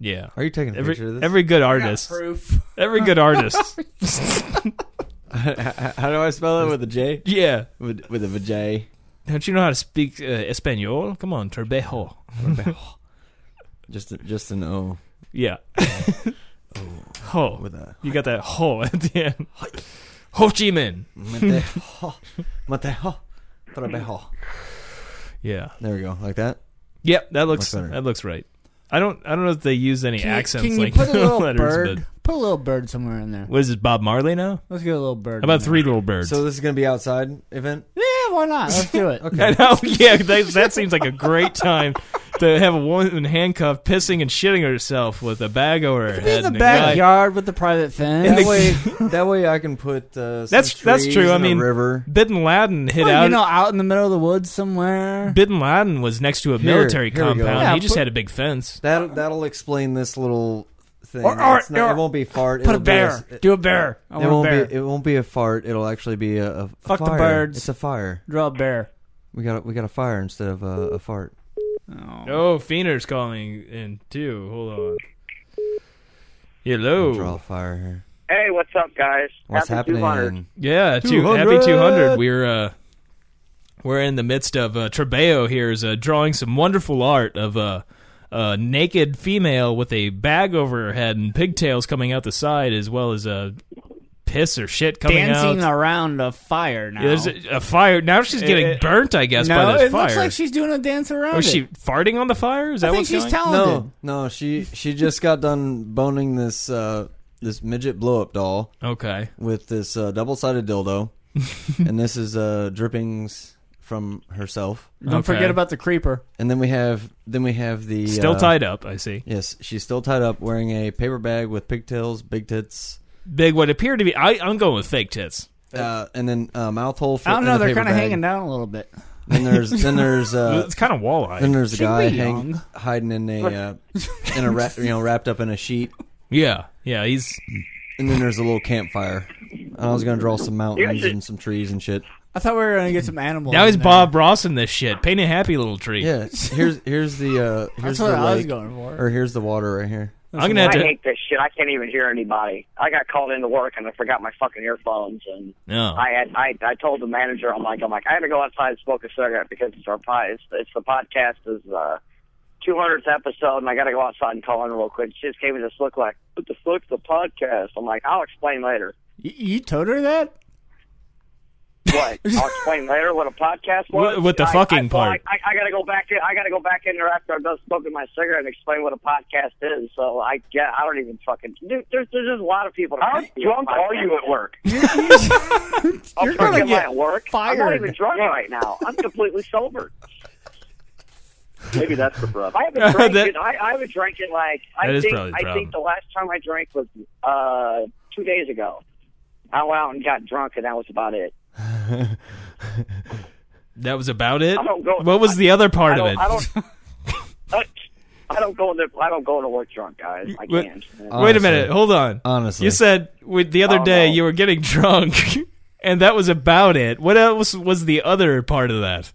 D: Yeah.
F: Are you taking a
D: Every,
F: picture of this?
D: every good artist,
E: proof.
D: every good artist,
F: How do I spell it with a J?
D: yeah.
F: With, with a vajay.
D: Don't you know how to speak uh, Espanol? Come on, Trebejo.
F: Just just an O
D: Yeah. Ho.
E: Oh.
F: with a
D: You got that ho at the end. Ho Chi Minh.
F: Mateo. Mateo. Trabejo.
D: Yeah.
F: There we go. Like that.
D: Yep, that looks
F: Looks better.
D: that looks right. I don't I don't know if they use any
E: Can you-
D: accents
E: can you
D: like
E: put a little
D: letters,
E: bird?
D: but
E: Put a little bird somewhere in there.
D: what is this, Bob Marley now?
E: Let's get a little bird.
D: How about
E: in
D: three little birds?
F: So this is gonna be outside event.
E: there. Yeah, why not? Let's do it.
D: I know, yeah, that, that seems like a great time to have a woman handcuffed, pissing and shitting herself with a bag over her
E: Be
D: head.
E: in the
D: and a guy-
E: backyard with the private fence.
F: That way, that way I can put. Uh, some
D: That's- that's
F: trees
D: true. I
F: and a
D: mean-
F: river.
D: Bin Laden hit
E: Well,
D: out.
E: you know, out in the middle of the woods somewhere.
D: Bin Laden was next to a
F: Here,
D: military
F: here we go.
D: compound.
E: Yeah,
D: he just
E: put-
D: had a big fence.
F: That that'll explain this little thing.
E: uh, Or- or-
F: It's not-
E: or-
F: it won't be fart.
E: Put a
F: it'll be
E: bear.
F: s-
E: do a bear. I
F: it
E: want
F: won't
E: a bear.
F: be. It won't be a fart. It'll actually be a, a, a
E: Fuck the
F: fire.
E: birds.
F: It's a fire.
E: Draw a bear.
F: We got a, we got a fire instead of a, a fart.
D: Oh, Fiener's calling in too. Hold on.
F: We'll draw a
D: Hello.
F: fire here.
C: Hey, what's up, guys?
F: What's
C: Happy 200.
F: happening?
D: Yeah, two,
F: 200.
D: happy two hundred. We're uh, we're in the midst of uh, Trebejo here is uh, drawing some wonderful art of uh, a naked female with a bag over her head and pigtails coming out the side, as well as uh, piss or shit coming
E: Dancing
D: out.
E: around a fire now.
D: Yeah, There's a, a fire. Now she's getting
E: It-
D: burnt, I guess,
E: Eh, no,
D: by this
E: it
D: fire.
E: looks like she's doing a dance around.
D: Was she
E: it.
D: farting on the fire? Is that
E: I think
D: what's
E: she's
D: going?
E: talented.
F: No, no. She she just got done boning this uh, this midget blow up doll
D: Okay.
F: with this uh, double sided dildo, and this is uh, drippings from herself.
E: Don't
D: Okay.
E: forget about the creeper.
F: And then we have then we have the
D: Still
F: uh,
D: tied up, I see.
F: Yes, she's still tied up, wearing a paper bag with pigtails, big tits,
D: Big what appeared to be I I'm going with fake tits.
F: uh, and then a mouth hole. For,
E: I don't
F: in
E: know.
F: the
E: They're
F: paper
E: kind of
F: bag.
E: hanging down a little bit.
F: Then there's then there's uh,
D: it's kind of
F: then
D: walleye.
F: there's a
E: She
F: guy
E: be
F: hang,
E: young.
F: hiding in a uh, in a wrap, you know wrapped up in a sheet,
D: Yeah. Yeah, he's
F: and then there's a little campfire. And I was gonna draw some mountains and some trees and shit.
E: I thought we were gonna get some animals.
D: now
E: in
D: he's
E: there.
D: Bob Ross in this shit. Paint a happy little tree.
F: Yeah, here's here's the uh, here's
E: That's what
F: the
E: I was
F: lake,
E: going for.
F: or here's the water right here.
D: I'm gonna have
H: I
D: to
H: hate this shit. I can't even hear anybody. I got called into work and I forgot my fucking earphones and
F: Oh.
D: No.
H: I had I I told the manager I'm like I'm like I had to go outside and smoke a cigarette because it's our pod it's, it's the podcast is uh 200th episode and I got to go outside and call in real quick. She just gave me this look like what the fuck's the podcast? I'm like I'll explain later.
E: You, you told her that?
H: What? I'll explain later what a podcast was.
D: What- what the
H: I-
D: fucking
H: I, well,
D: part?
H: I, I, I gotta go back in. I gotta go back in there after I'm done smoking my cigarette and explain what a podcast is. So I get. I don't even fucking. Dude, there's there's just a lot of people.
C: How drunk are you at work?
H: You're
E: gonna get
H: at work. I'm
E: fired.
H: not even drunk right now. I'm completely sober.
C: Maybe that's the problem.
H: I haven't drank.
D: That-
H: in, I, I haven't drank in like.
D: That
H: I
D: is
H: think.
D: probably the
H: I
D: problem.
H: think the last time I drank was uh two days ago. I went out and got drunk, and that was about it.
D: That was about it.
H: I don't go-
D: what was the other part
H: I
D: of
H: don't.
D: it?
H: I don't. I don't go into. I don't go into work drunk, guys. I
D: What-
H: can't.
D: Wait a
F: Honestly.
D: minute. Hold on.
F: Honestly.
D: You said with the other
H: Oh,
D: day
H: no.
D: you were getting drunk, and that was about it. What else was the other part of that?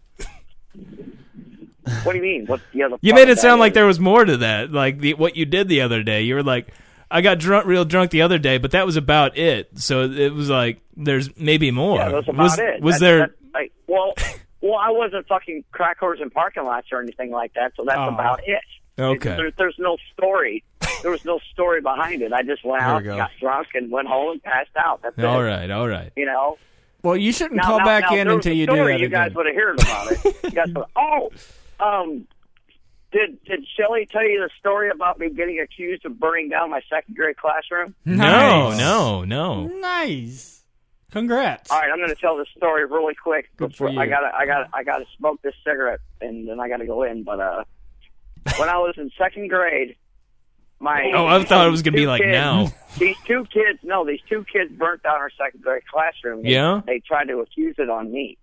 H: What do you mean? What's the other?
D: You
H: part
D: made
H: of
D: it sound
H: that
D: like
H: is-
D: there was more to that, like the, what you did the other day. You were like, "I got drunk, real drunk the other day, but that was about it." So it was like, "There's maybe more."
H: Yeah, that's about
D: was
H: it.
D: was
H: That's-
D: there?
H: that's, like, well, well, I wasn't fucking crack whores in parking lots or anything like that. So that's
D: Oh.
H: about it.
D: Okay.
H: There, there's no story. There was no story behind it. I just went
F: There
H: out,
F: we go.
H: got drunk, and went home and passed out. That's it.
D: all right, all right.
H: You know.
E: Well, you shouldn't
H: Now-
E: call
H: now-
E: back
H: now,
E: in
H: there was
E: until
H: a
E: you do
H: story
E: that
H: You guys
E: again.
H: would have heard about it. You guys would- oh, um, did did Shelley tell you the story about me getting accused of burning down my second grade classroom?
E: Nice.
D: No, no, no.
E: Nice. Congrats.
H: All right, I'm going to tell this story really quick.
E: Good for
H: before- I
E: you.
H: gotta, I gotta, I gotta smoke this cigarette, and then I gotta go in. But uh, when I was in second grade, my
D: Oh, I thought it was gonna be
H: these
D: like
H: kids-
D: now.
H: These two kids, no, these two kids burnt down our second grade classroom. They-
D: Yeah?
H: they tried to accuse it on me.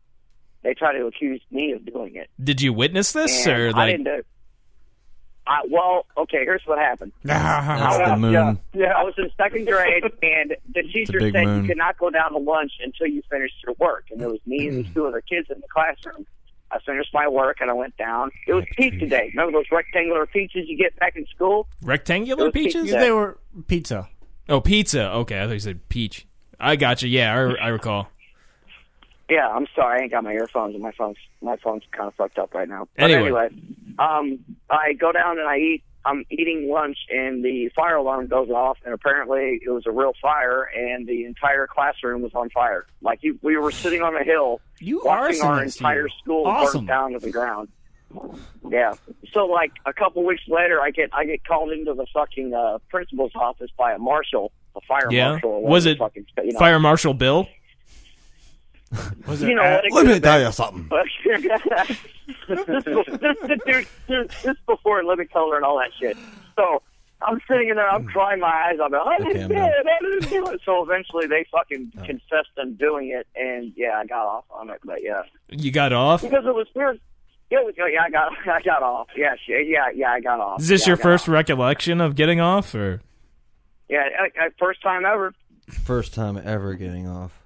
H: They tried to accuse me of doing it.
D: Did you witness this
H: And
D: or
H: I
D: like?
H: didn't do. I, well, okay. Here's what happened.
F: That's
H: I
F: the
H: was-
F: moon.
H: Yeah, yeah, I was in second grade, and the teacher
F: big
H: said
F: moon.
H: you could not go down to lunch until you finished your work. And there was me and these two other kids in the classroom. I finished my work and I went down. It was pizza day. Remember those rectangular pizzas you get back in school?
D: Rectangular
H: Those
D: peaches?
H: pizza-
E: They were pizza.
D: Oh, pizza. Okay, I thought you said peach. I got you. Yeah, I, I recall.
H: Yeah, I'm sorry, I ain't got my earphones, and my phone's my phone's kind of fucked up right now. But
D: Anyway.
H: anyway, um, I go down and I eat. I'm eating lunch, and the fire alarm goes off, and apparently it was a real fire, and the entire classroom was on fire. Like you, we were sitting on a hill,
E: You
H: watching our
E: arsonist,
H: entire
E: you.
H: school
E: Awesome.
H: burn down to the ground. Yeah. So like a couple weeks later, I get I get called into the fucking uh, principal's office by a marshal, a fire
D: Yeah.
H: marshal. or
D: Was
H: whatever
D: it
H: fucking, you know,
D: Fire Marshal Bill.
E: Was
H: You
E: it
H: know
E: at-
D: Uh,
H: what? It
F: Let
H: could've
F: me tell you something.
H: But this, this, this, this before Living Color and all that shit. So I'm sitting in there, I'm
D: Hmm.
H: crying my eyes out. I'm like, I
F: Okay,
H: didn't
F: I'm
H: do
F: done.
H: it, I didn't do it. So eventually they fucking confessed them doing it, and yeah, I got off on it. But yeah,
D: You got off.
H: because it was weird. Yeah, it was, yeah, I got, I got off. Yeah, shit, yeah, yeah, I got off.
D: Is this
H: Yeah, I
D: your
H: got
D: first
H: Off.
D: recollection of getting off, or
H: Yeah, I, I, first time ever.
F: First time ever getting off.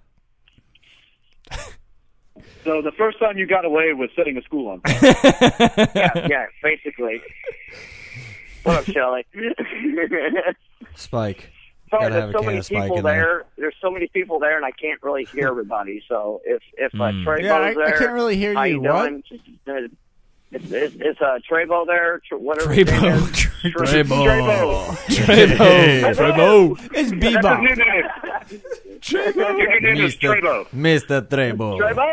C: So the first time you got away was setting a school on fire.
H: Yeah, yeah, basically. What up, Shelly?
F: Spike.
H: Sorry,
F: Gotta have
H: there's
F: a
H: so
F: can
H: many
F: of Spike
H: people
F: in there.
H: there. There's so many people there, and I can't really hear everybody. So if if uh,
F: Hmm.
D: Mm.
H: Trebo
E: Yeah, I, I
H: there,
E: can't really hear
H: how
E: you.
H: you
E: what?
H: doing? Is, is, is uh, Trebo there? Tr- whatever his name
D: Trebo?
H: is. Tre- Trebo.
D: Trebo? Trebo.
E: It's bebop.
C: New name. Your new name is Trebo.
F: Mr. Trebo.
H: Trebo.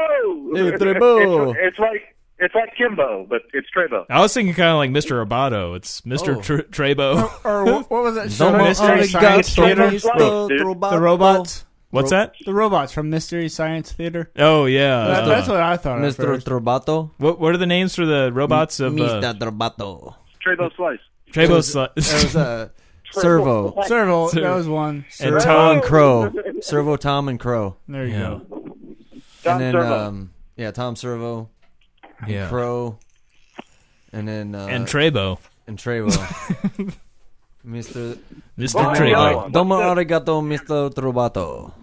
F: Hey, Trebo.
C: It's, it's like it's like Kimbo, but it's Trebo.
D: I was thinking kind of like Mr. Roboto. It's Mr.
F: Oh.
D: Tr- Trebo.
E: Or what, what was that show? Uh,
F: Someone
E: Mystery
F: already got
E: Science
F: some
E: Theater.
F: Mr.
C: Roboto, dude.
F: Roboto.
E: The robots.
D: What's that?
E: The robots from Mystery Science Theater.
D: Oh yeah.
E: That-
D: Uh,
E: that's what I thought. At
F: Mr.
E: first.
F: Trobato.
D: what, what are the names for the robots of uh,
F: Mr. Trobato.
C: Trebo Slice.
F: There
D: Trebo? Sli-
F: was a Servo.
E: Servo.
D: Sir.
E: That was one.
F: And
D: Servo.
F: Tom and Crow. Servo, Tom, and Crow.
E: There you
D: Yeah.
E: go.
C: Tom
F: and then,
C: Servo.
F: um, yeah, Tom Servo,
D: yeah.
F: Crow, and then uh,
D: And Trebo.
F: and Trevo. Mr.
E: Oh
D: Mr.
F: Domo
D: Trebo.
F: Domo arigato, Mr. Trobato.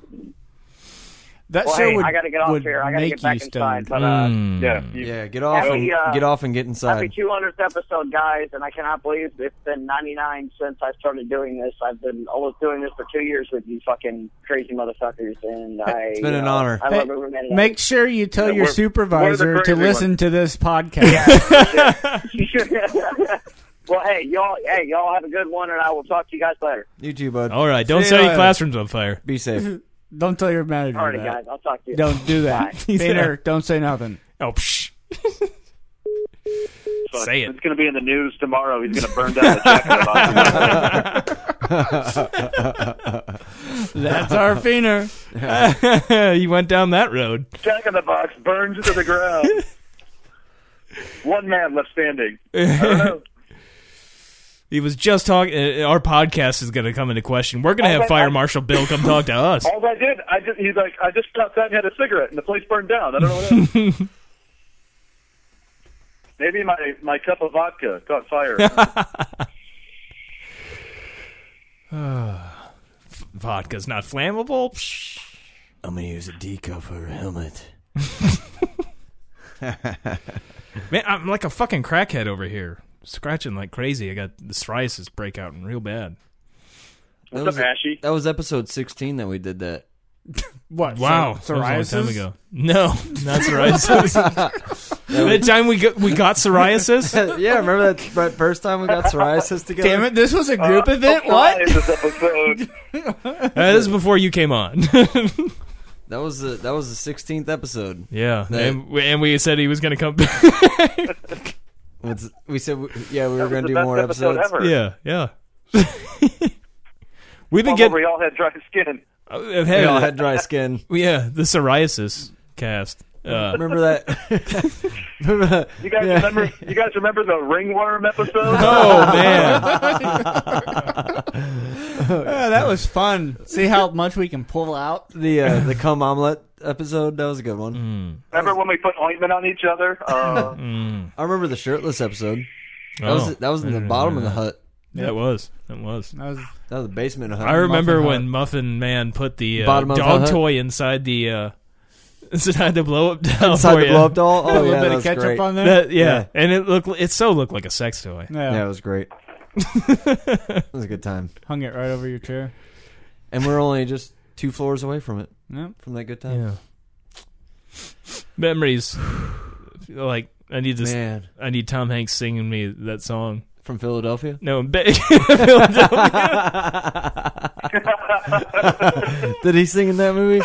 E: That
H: Well,
E: show
H: hey,
E: would,
H: I gotta get off
E: would
H: here. I gotta
E: make
H: get back
E: you
H: inside.
E: stoned.
H: But
F: Hmm.
H: uh,
D: Mm.
C: Yeah. you-
F: Yeah, get off
H: Happy,
F: and
H: uh,
F: get off and get
H: happy
F: inside.
H: 200th episode, guys, and I cannot believe it's been 99 since I started doing this. I've been almost doing this for two years with you fucking crazy motherfuckers, and I.
F: It's been an
H: uh,
F: honor.
H: I love
E: Hey,
H: every minute. of it.
E: Make sure you tell
C: Yeah,
E: your
C: we're- we're
E: supervisor
C: the
E: to
C: crazy
E: listen to this podcast.
H: well, hey, y'all, hey, y'all have a good one, and I will talk to you guys later.
F: You too, bud.
D: All right. Don't
E: See
D: set
E: you
D: your
E: later.
D: classrooms on fire.
F: Be safe.
E: Don't tell your manager.
H: All right,
E: that.
H: guys, I'll talk to you.
E: Don't do that.
D: Bye.
E: Peter, don't say nothing.
D: Oh, psh.
C: Fuck.
D: Say it.
C: It's going to be in the news tomorrow. He's going to burn down the jacket box.
E: That's our Feener.
D: you went down that road.
C: Jack in the Box burns to the ground. One man left standing. I don't know.
D: He was just talking. Our podcast is going to come into question. We're going to
C: Oh,
D: have
C: but
D: Fire
C: I-
D: Marshal Bill come talk to us.
C: All I did, I just he's like, I just stopped and had a cigarette, and the place burned down. I don't know what else. Maybe my my cup of vodka caught fire.
D: Vodka's not flammable. Psh.
F: I'm gonna use a D cup for a helmet.
D: Man, I'm like a fucking crackhead over here, scratching like crazy. I got the psoriasis breakout and real bad.
F: That
G: What's
F: was, e-
G: up, Ashy?
F: that was episode 16 that we did that.
E: What?
D: Wow, that
E: psor- psoriasis?
D: was a long time ago. No, not psoriasis. the time we got, we got psoriasis.
F: yeah, remember that, that first time we got psoriasis together?
E: Damn it! This was a group
G: Uh,
E: event.
F: oh,
G: Opera
E: What?
G: Is this episode?
D: Uh, this is before you came on.
F: That was the that was the 16th episode.
D: yeah,
F: That-
D: and, we- and we said he was going to come. back.
F: What's- we said we, yeah we were
G: That was
F: gonna
G: the
F: do
G: best
F: more
G: episode
F: episodes.
G: ever.
D: yeah, yeah. We've been
G: One where
D: getting
G: we all had dry skin.
D: uh,
F: We
D: hey,
F: all had dry skin.
D: yeah the psoriasis cast. Uh,
F: Remember that? remember that?
G: You guys remember? You guys remember the ringworm episode?
D: oh man,
E: Yeah, that was fun. See how much we can pull out.
F: the uh, the cum omelet episode. That was a good one.
G: Remember when we put ointment on each other? Uh,
F: I remember the shirtless episode. That
D: Oh,
F: was that was in the
D: I
F: bottom of
D: remember
F: the hut.
D: that. That was that was.
E: That was
F: That was the basement of the hut.
D: I remember
E: Muffin
D: when Muffin Man put the uh,
F: Bottom of the
D: dog
F: hut?
D: toy inside the uh, inside the blow up doll
F: inside
D: for
F: the
D: you.
F: blow up doll. Oh
E: a little
F: yeah,
E: bit
F: that
E: of
F: was
E: ketchup
F: great.
E: on there.
D: That- yeah.
F: Yeah.
D: and it looked it so looked like a sex toy.
E: yeah.
F: Yeah, it was great. It was a good time,
E: hung it right over your chair.
F: and we're only just two floors away from it
E: Yep.
F: from that good time.
D: memories. like I need this.
F: Man,
D: I need Tom Hanks singing me that song.
F: from Philadelphia.
D: No, ba- Philadelphia.
F: Did he sing in that movie?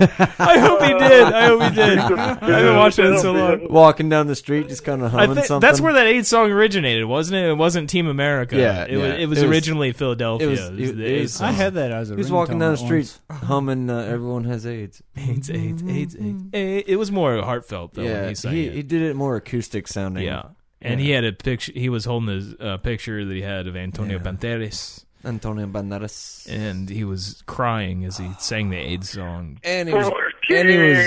D: I hope he did. I hope he did. I haven't watched it in so long.
F: Walking down the street, just kind of
D: I
F: humming
D: thi-
F: something.
D: that's where that AIDS song originated, wasn't it? It wasn't Team America.
F: Yeah,
D: it was.
F: yeah.
D: It was
F: It was-
D: originally Philadelphia.
F: it was-
D: It was
F: it-
D: the
F: it
D: AIDS
F: was-
D: song.
E: I had that as a.
F: he was
E: ringtone
F: walking down the
E: once.
F: street, humming. Uh, Everyone has AIDS.
D: AIDS, AIDS, AIDS, AIDS, AIDS. Eh, It was more heartfelt though. when
F: Mm-hmm. yeah,
D: he sang
F: he,
D: it.
F: he did it more acoustic sounding.
D: yeah, and he had a picture. He was holding his uh, picture that he had of Antonio
F: Yeah.
D: Banderas,
F: Antonio Banderas.
D: and he was crying as he sang the AIDS song.
F: and he was, and he was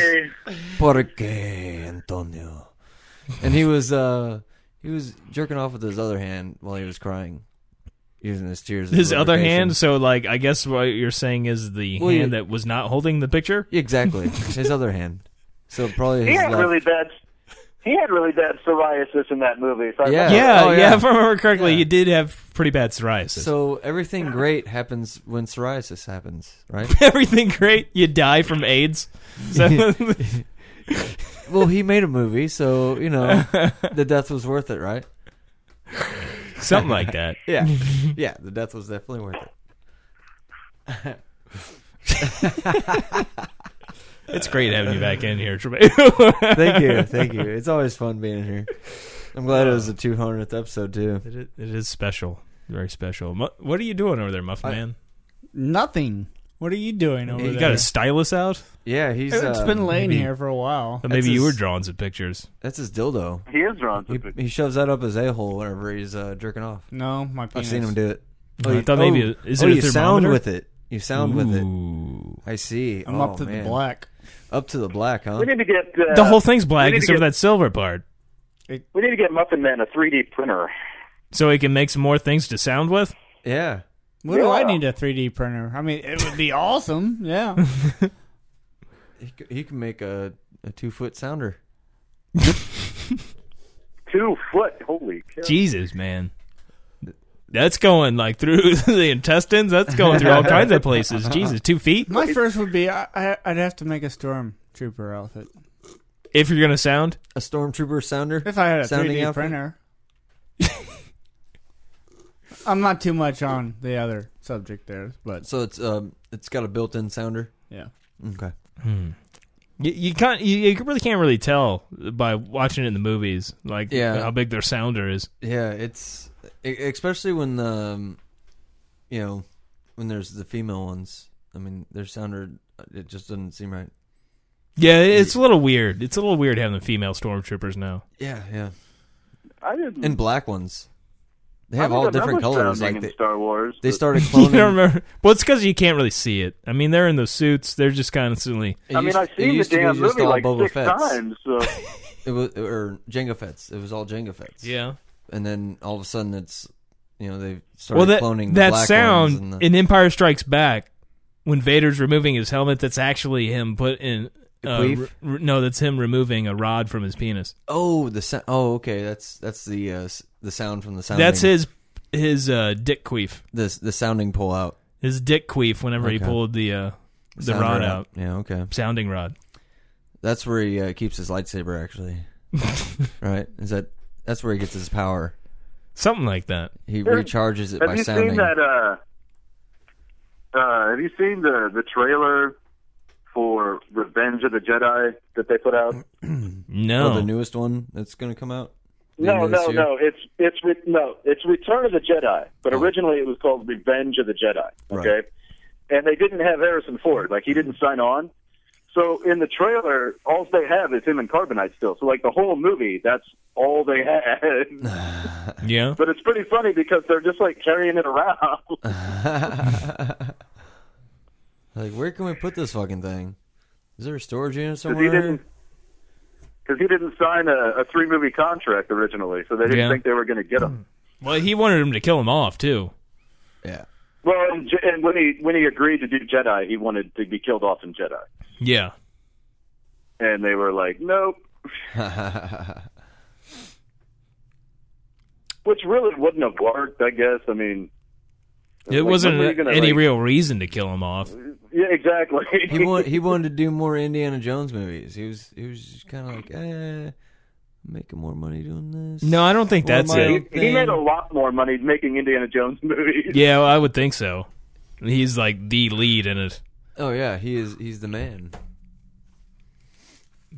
F: porque Antonio, and he was uh he was jerking off with his other hand while he was crying, using his tears. as
D: His other hand.
F: lubrication.
D: So, like, I guess what you're saying is the
F: Well,
D: hand
F: you-
D: that was not holding the picture.
F: exactly, his other hand. So probably
G: he
F: his
G: had
F: left.
G: really bad. He had really bad psoriasis in that movie. So I
F: Yeah.
D: Yeah,
F: Oh,
D: yeah,
F: yeah.
D: If I remember correctly,
F: Yeah.
D: he did have pretty bad psoriasis.
F: So everything great happens when psoriasis happens, right?
D: Everything great, you die from AIDS. So,
F: well, he made a movie, so you know the death was worth it, right?
D: something like that.
F: Yeah, yeah, the death was definitely worth it.
D: It's great having you back in here, Tremaine.
F: Thank you, thank you. It's always fun being here. I'm glad it was the 200th episode too.
D: it is special, very special. Mu- What are you doing over there, Muffin
F: I-
D: Man?
E: Nothing. What are you doing over
D: You
E: there?
D: got a stylus out?
F: Yeah, he's
E: It's
F: uh,
E: been laying
D: maybe-
E: here for a while.
D: Or maybe
F: That's
D: you were
F: his-
D: drawing some pictures.
F: That's his dildo.
G: he is drawn.
F: He, he shoves that up his a hole whenever he's uh, jerking off.
E: No, my
F: I've
E: penis.
F: seen him do it.
D: I
F: you-
D: thought maybe it- is
F: oh,
D: it a
F: you sound
D: thermometer?
F: with it. You sound with it.
D: Ooh.
F: I see.
E: I'm
F: oh,
E: up to
F: man.
E: the black.
F: Up to the black, huh?
G: We need to get uh,
D: The whole thing's black
G: need to
D: except for
G: get-
D: that silver part,
G: We need to get Muffin Man a 3D printer.
D: so he can make some more things to sound with.
F: Yeah.
E: What do I
G: Yeah.
E: need a 3D printer? I mean, it would be awesome. Yeah.
F: He, c- he can make a, a two foot sounder.
G: Two foot. Holy cow.
D: Jesus, man, that's going like through the intestines. That's going through all kinds of places. Jesus, two feet.
E: My first would be I, I, I'd have to make a stormtrooper outfit
D: If you're gonna sound,
F: A stormtrooper sounder?
E: if I had a
F: Sounding
E: 3D
F: outfit?
E: printer. I'm not too much on the other subject there, but
F: So it's um it's got a built in sounder.
E: yeah.
F: Okay.
D: you, you can't. You, you really can't really tell by watching it in the movies, like
F: Yeah.
D: how big their sounder is.
F: Yeah, it's e- especially when the um, you know when there's the female ones. I mean, their sounder uh, it just doesn't seem right.
D: Yeah, it's a little weird. It's a little weird having the female stormtroopers now.
F: Yeah, yeah.
G: I didn't.
F: And black ones. They have
G: I
F: all
G: remember
F: different colors. Like
G: sounding in
F: they,
G: Star Wars.
F: they
G: but-
F: started
D: You
F: cloning.
D: don't remember? Well, it's because you can't really see it. I mean, they're in those suits. They're just constantly.
F: It
G: I mean,
F: used-
G: I've
F: it
G: seen the
F: used to be
G: damn
F: just
G: movie
F: all
G: like
F: Boba
G: six
F: Fett's.
G: times. So
F: It was or Jenga Fets. It was all Jenga Fets.
D: Yeah.
F: and then all of a sudden it's you know they started
D: Well, that
F: cloning the
D: that
F: black
D: sound
F: ones and the,
D: in Empire Strikes Back when Vader's removing his helmet. That's actually him put in. Uh,
F: queef?
D: re- re- no, that's him removing a rod from his penis.
F: oh the sound oh okay that's that's the uh, s- the sound from the sounding
D: That's his his uh, dick queef.
F: the the sounding pull out
D: His dick queef whenever he
F: Okay.
D: pulled the uh, the
F: Sounder
D: rod out,
F: yeah okay
D: sounding rod.
F: that's where he uh, keeps his lightsaber actually right is that that's where he gets his power
D: Something like that.
F: he recharges it
G: have
F: by
G: you
F: sounding
G: seen that? Uh, uh, have you seen the the trailer for Revenge of the Jedi that they put out?
D: No,
F: oh the newest one that's gonna come out the
H: Oh,
F: end
G: No,
F: of this
G: no,
F: year?
G: no. It's it's re- no. It's Return of the Jedi, but originally it was called Revenge of the Jedi. Okay,
F: Right.
G: and they didn't have Harrison Ford. Like he didn't sign on. So in the trailer, all they have is him and Carbonite still. So like the whole movie, that's all they had.
D: yeah.
G: but it's pretty funny because they're just like carrying it around.
F: like where can we put this fucking thing is there a storage unit
G: Because he
F: somewhere
G: didn't. Because he didn't sign a, a three movie contract originally, so they didn't
D: Yeah.
G: think they were going to get him.
D: Well, he wanted him to kill him off too.
F: yeah
G: Well, and, Je- and when he when he agreed to do Jedi, he wanted to be killed off in Jedi,
D: Yeah.
G: and they were like, "Nope." Which really wouldn't have worked, I guess. I mean,
D: It
G: Like,
D: wasn't
G: when were you gonna,
D: any
G: like-
D: real reason to kill him off.
G: yeah, exactly.
F: he wanted he wanted to do more Indiana Jones movies. He was he was just kind of like, eh, making more money doing this.
D: No, I don't think
F: Well,
D: that's
F: my-
D: it.
G: he made a lot more money making Indiana Jones movies.
D: Yeah, well, I would think so. He's like the lead in it.
F: Oh yeah, he is he's the man.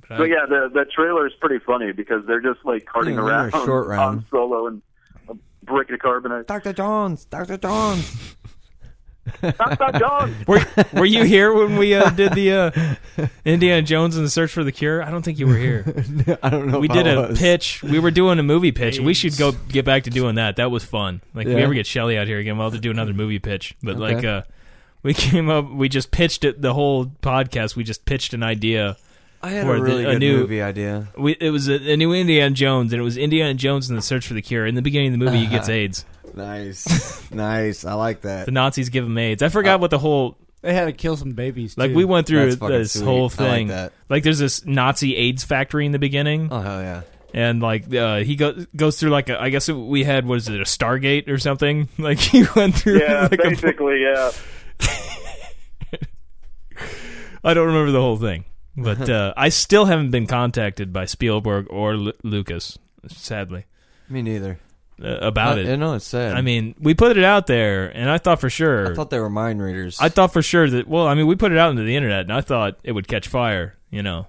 D: But I-
G: But yeah, the the trailer is pretty funny because they're just like carting
F: Yeah, they're
G: around
F: a short round.
G: Han Solo and a brick of carbonite.
F: Doctor Jones, Doctor Jones.
G: Dr. Jones.
D: Were, were you here when we uh, did the uh, Indiana Jones and the Search for the Cure? I don't think you were here.
F: I don't know.
D: We
F: if
D: did
F: I
D: a
F: was.
D: pitch. We were doing a movie pitch. We should go get back to doing that. That was fun. Like, if
F: Yeah.
D: we ever get Shelly out here again, we'll have to do another movie pitch. But like,
F: Okay.
D: uh, we came up. We just pitched it. The whole podcast. We just pitched an idea.
F: I had
D: for
F: a
D: the-
F: really
D: a
F: good
D: new-
F: movie idea.
D: We, it was a, a new Indiana Jones, and it was Indiana Jones and the Search for the Cure. In the beginning of the movie, he gets AIDS.
F: Nice, nice. I like that. Uh,
D: The Nazis give him AIDS. I forgot what the whole
E: They had to kill some babies.
D: like
E: too.
D: we went through
F: That's fucking
D: this
F: sweet.
D: whole
F: I like
D: thing.
F: that.
D: there's this Nazi AIDS factory in the beginning,
F: Oh hell yeah!
D: and like uh, he go, goes through like a, I guess we had was it a Stargate or something? Like he went through.
G: Yeah,
D: like a,
G: basically, yeah.
D: I don't remember the whole thing,
F: Uh-huh.
D: but uh, I still haven't been contacted by Spielberg or Lu Lucas, sadly,
F: Me neither.
D: uh, about
F: I,
D: it.
F: I know it's sad.
D: I mean, we put it out there, and I thought for sure.
F: I thought they were mind readers.
D: I thought for sure that well, I mean, we put it out into the internet, and I thought it would catch fire, you know,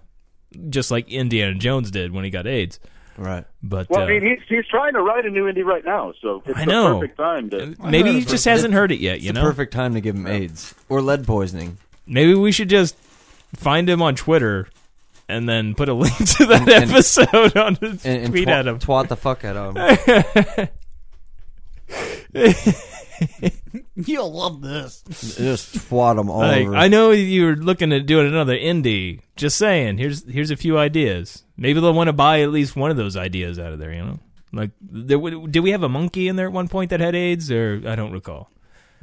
D: just like Indiana Jones did when he got AIDS.
F: right.
D: But
G: Well,
D: uh,
G: I mean, he's he's trying to write a new indie right now, so it's
D: I
G: the
D: know.
G: perfect time to.
D: uh, maybe he just hasn't heard it yet,
F: It's
D: you
F: the
D: know.
F: perfect time to give him AIDS or lead poisoning.
D: Maybe we should just find him on Twitter and then put a link to that
F: and-
D: episode on his
F: And, and
D: tweet
F: twat,
D: at him.
F: twat the fuck out of him.
E: You'll love this.
F: just twat him all
D: Like,
F: over.
D: I know you were looking at doing another indie. Just saying, here's here's a few ideas. Maybe they'll want to buy at least one of those ideas out of there. You know, like there, w- did we have a monkey in there at one point that had AIDS, or I don't recall.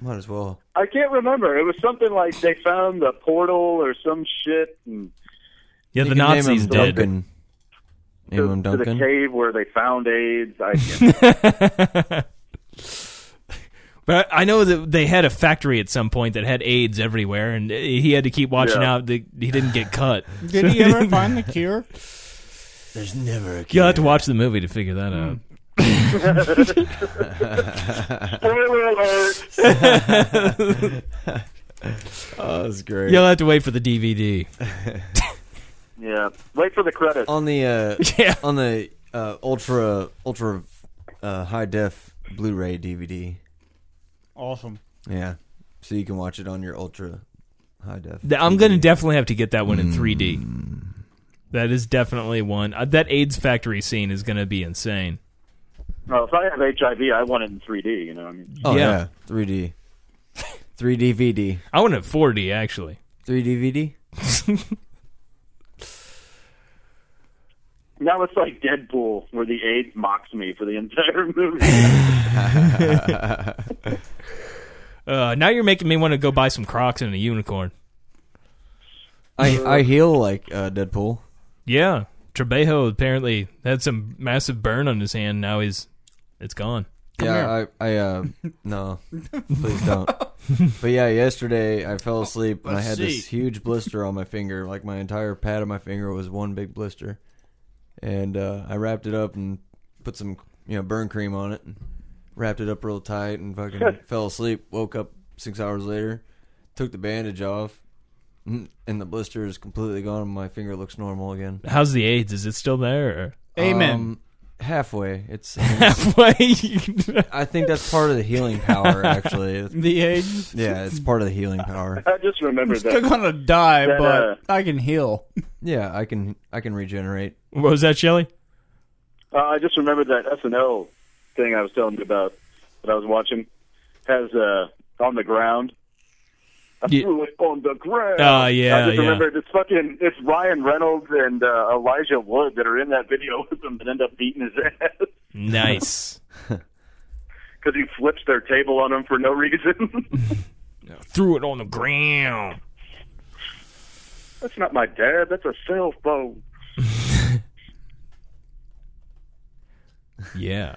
F: Might as well.
G: I can't remember. It was something like they found the portal or some shit and
D: Yeah,
F: You
D: the
F: can name
D: Nazis
F: him
D: did.
F: Duncan. Name
G: to,
F: him
G: to the
F: Duncan.
G: cave where they found AIDS. I can't-
D: But I I know that they had a factory at some point that had AIDS everywhere, and eh, he had to keep watching
G: Yeah.
D: out that he didn't get cut.
E: Did he ever find the cure?
F: There's never a
D: You'll have to watch the movie to figure that
F: Mm.
D: out.
G: Spoiler alert!
F: Oh, that's great.
D: You'll have to wait for the DVD.
G: Yeah, wait for the credits.
F: On the uh,
D: Yeah.
F: on the uh, ultra ultra uh, high def Blu-ray DVD.
E: Awesome.
F: Yeah, so you can watch it on your ultra high def.
D: Th- I'm going to definitely have to get that one in 3D. That is definitely one. Uh, that AIDS factory scene is going to be insane.
G: Well, Oh, if I have HIV, I want it in 3D. You know, I mean,
F: Oh
D: Yeah.
F: yeah, 3D, 3D VD,
D: I went at 4D actually.
F: 3D VD.
G: now it's like Deadpool, where the AIDS mocks me for the entire movie.
D: Uh, now you're making me want to go buy some Crocs and a unicorn.
F: I I heal like uh, Deadpool.
D: Yeah, Trebejo apparently had some massive burn on his hand. Now he's it's gone.
F: yeah, I I uh no, please don't. but yeah, yesterday I fell asleep and I had this huge blister on my finger. Like my entire pad of my finger was one big blister, and uh, I wrapped it up and put some you know burn cream on it and wrapped it up real tight and fucking fell asleep. Woke up six hours later, took the bandage off. mm, And the blister is completely gone. My finger looks normal again.
D: How's the AIDS? Is it still there? Or?
E: Amen.
F: Um, halfway. It's. I mean, it's-
D: Halfway.
F: I think that's part of the healing power. Actually, It's-
E: the age
F: Yeah, it's part of the healing power.
G: I just remembered
E: still
G: that.
E: gonna die,
G: That,
E: but
G: uh,
E: I can heal.
F: Yeah, I can I can regenerate.
D: what was that, Shelly?
G: Uh, I just remembered that SNL thing I was telling you about that I was watching has uh, on the ground. I
D: Ye-
G: threw it on the ground.
D: Ah, yeah,
G: I just
D: yeah.
G: remembered it's fucking it's Ryan Reynolds and uh, Elijah Wood that are in that video with him that end up beating his ass
D: Nice.
G: because he flips their table on him for no reason.
D: Threw it on the ground.
G: That's not my dad. That's a cell phone.
D: Yeah.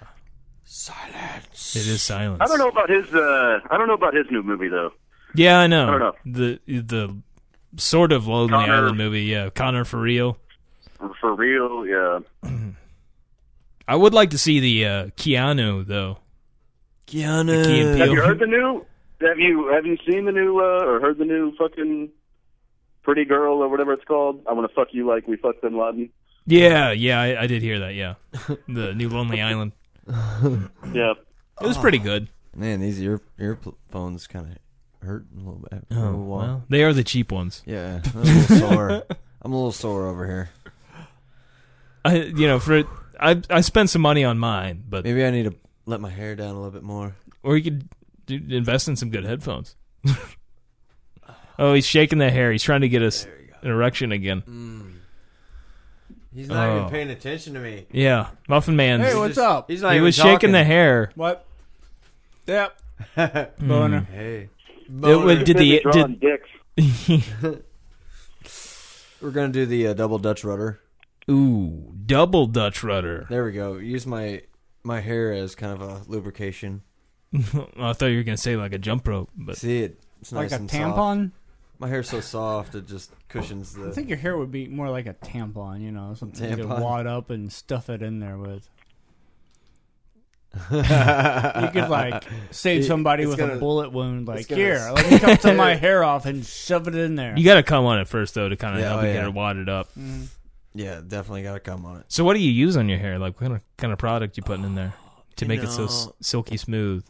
D: Silence. It is silence.
G: I don't know about his. Uh, I don't know about his new movie though.
D: Yeah, I know.
G: I don't
D: The the sort of Lonely
G: Connor-
D: Island movie. Yeah, Connor for real.
G: For, for real, yeah.
D: I would like to see the uh, Keanu though.
F: Keanu.
D: Key and Peele.
G: Have you heard the new? Have you have you seen the new uh, or heard the new fucking pretty girl or whatever it's called? I want to fuck you like we fucked Bin Laden.
D: Yeah, yeah, I, I did hear that. Yeah, the new Lonely Island.
G: Yeah,
D: It was pretty good.
F: Man, these ear earphones kind of hurt a little bit. after a
D: Oh,
F: little while.
D: well, they are the cheap ones.
F: Yeah, I'm a little sore. I'm a little sore over here.
D: I, you know, for I I spent some money on mine, but
F: Maybe I need to let my hair down a little bit more.
D: or you could do, invest in some good headphones. oh, he's shaking the hair. He's trying to get us an erection again.
F: He's
D: not even Oh.
F: paying attention to me.
D: Yeah, Muffin Man.
E: Hey, what's up?
F: He's
D: he was shaking the hair.
E: What? Yep. Boner.
F: Hey,
D: It would, did the
G: drawing
D: did
G: dicks.
F: we're gonna do the uh, double Dutch rudder.
D: ooh double Dutch rudder.
F: There we go. Use my my hair as kind of a lubrication.
D: I thought you were gonna say like a jump rope, but
F: See it? It's
E: Like
F: nice
E: a
F: and Soft.
E: tampon?
F: My hair's so soft it just cushions the.
E: I think your hair would be more like a tampon, you know, something you
F: Tampon.
E: could wad up and stuff it in there with. you could like save
F: It-
E: somebody
F: it's
E: with a
F: gonna-
E: bullet wound, like
F: gonna
E: here,
F: s-
E: let me cut some of my hair off and shove it in there.
D: you got to come on it first though to kind of
F: Yeah,
D: help
F: oh,
D: you get
F: yeah.
D: it wadded up.
F: Yeah, definitely gotta come on it.
D: So what do you use on your hair? Like what kind of, kind of product you putting in there to
F: you
D: make it so s-
F: know-
D: silky smooth?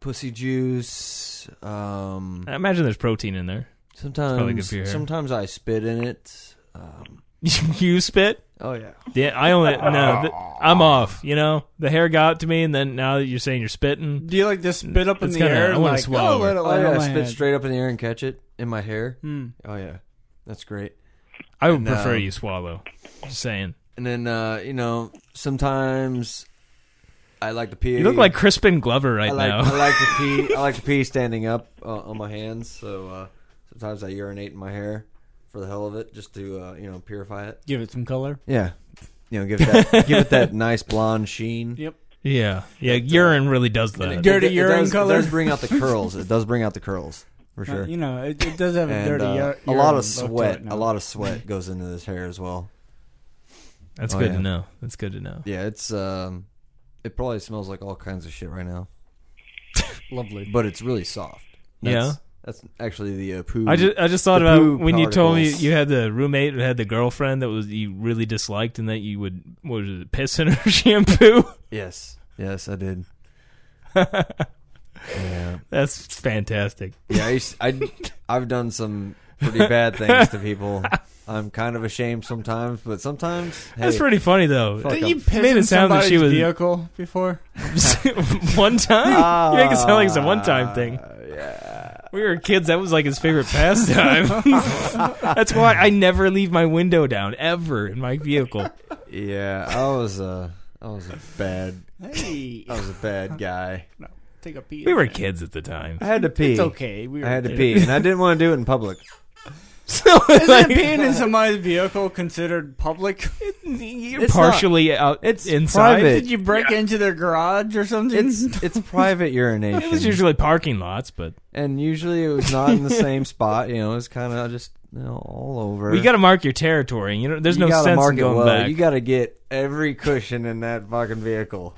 F: Pussy juice. Um,
D: I imagine there's protein in there. probably good
F: sometimes,
D: for your hair.
F: sometimes I spit in it. Um,
D: you spit?
F: oh yeah,
D: Yeah, I only no. th- I'm off. You know, the hair got to me, and then now that you're saying you're spitting,
E: Do you like just spit up in
D: It's
E: the
D: kinda-
E: air?
D: I
E: and,
D: wanna
E: like,
D: swallow
E: oh,
D: it.
E: let it
F: oh
E: land
F: yeah,
E: on
F: I
E: my
F: spit
E: head.
F: straight up in the air and catch it in my hair.
E: Hmm.
F: Oh yeah, that's great.
D: I would
F: No.
D: prefer you swallow. Just saying.
F: And then uh, you know sometimes I like to pee.
D: You look like Crispin Glover
F: I
D: right
F: like I
D: now.
F: like to pee. I like to pee standing up uh, on my hands. So uh, sometimes I urinate in my hair for the hell of it, just to uh, you know purify it.
E: Give it some color.
F: Yeah, you know give it that give it that nice blonde sheen.
E: Yep.
D: yeah, yeah.
F: uh,
D: Urine really does that.
E: Dirty
F: d-
E: urine
F: does,
E: color.
F: It does bring out the curls. It does bring out the curls for
E: Uh,
F: sure.
E: You know, it, it does have a
F: and
E: dirty.
F: uh,
E: ur-
F: a lot
E: urine
F: of
E: look to
F: sweat.
E: it now.
F: A lot of sweat goes into this hair as well.
D: That's
F: Oh,
D: good
F: yeah.
D: to know. That's good to know.
F: Yeah, it's um, it probably smells like all kinds of shit right now,
E: lovely.
F: but it's really soft.
D: Yeah.
F: that's actually the uh, poo.
D: I just I just thought
F: The
D: about
F: poo
D: when you told me
F: particles.
D: you had the roommate who had the girlfriend that was you really disliked and that you would what was it piss in her shampoo.
F: yes, yes, I did. yeah,
D: That's fantastic.
F: yeah. I, used, I I've done some pretty bad things to people. I'm kind of ashamed sometimes, but sometimes hey,
D: That's pretty funny though.
F: fuck
E: Didn't
F: 'em.
E: you piss
D: Made it
E: in
D: sound that
E: somebody's
D: she was-
E: vehicle before?
D: one time?
F: Ah.
D: you make it sound like it's a one time thing.
F: Uh, yeah.
D: We were kids, that was like his favorite pastime. That's why I never leave my window down ever in my vehicle.
F: Yeah, I was a, I was a bad,
E: Hey,
F: I was a bad guy.
E: take a pee.
D: We were kids at the time.
F: I had to pee.
E: It's okay. We were
F: I had to
E: kids.
F: pee, and I didn't want to do it in public.
D: So
E: Isn't peeing in somebody's vehicle considered public?
D: you're
F: It's
D: partially out
F: It's
D: inside.
F: private.
E: Did you break into their garage or something?
F: It's it's private urination.
D: It was usually parking lots, but
F: and usually it was not in the same spot. You know, it's kind of just you know all over.
D: well, you got to mark your territory. You know, there's
F: You
D: no
F: gotta
D: sense
F: mark
D: in
F: it
D: going
F: well.
D: back.
F: You got to get every cushion in that fucking vehicle.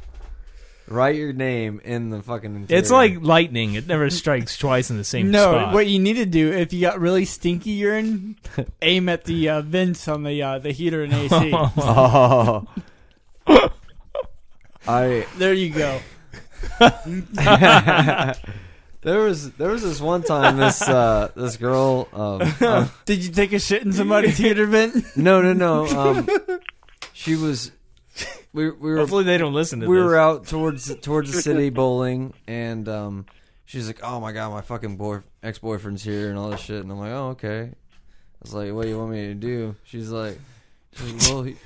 F: Write your name in the fucking. Interior.
D: it's like lightning; it never strikes twice in the same
E: no,
D: spot.
E: what you need to do if you got really stinky urine, aim at the uh, vents on the uh, the heater and AC.
F: oh. I
E: there you go.
F: there was there was this one time this uh, this girl um, um,
E: Did you take a shit in somebody's heater vent?
F: no no no um, she was we we were
D: Hopefully, they don't listen to
F: we
D: this.
F: were out towards towards the city bowling, and um, she's like, "Oh my god, my fucking boy ex boyfriend's here and all this shit." And I'm like, "Oh okay." I was like, "What do you want me to do?" She's like, she's like, "Well, he,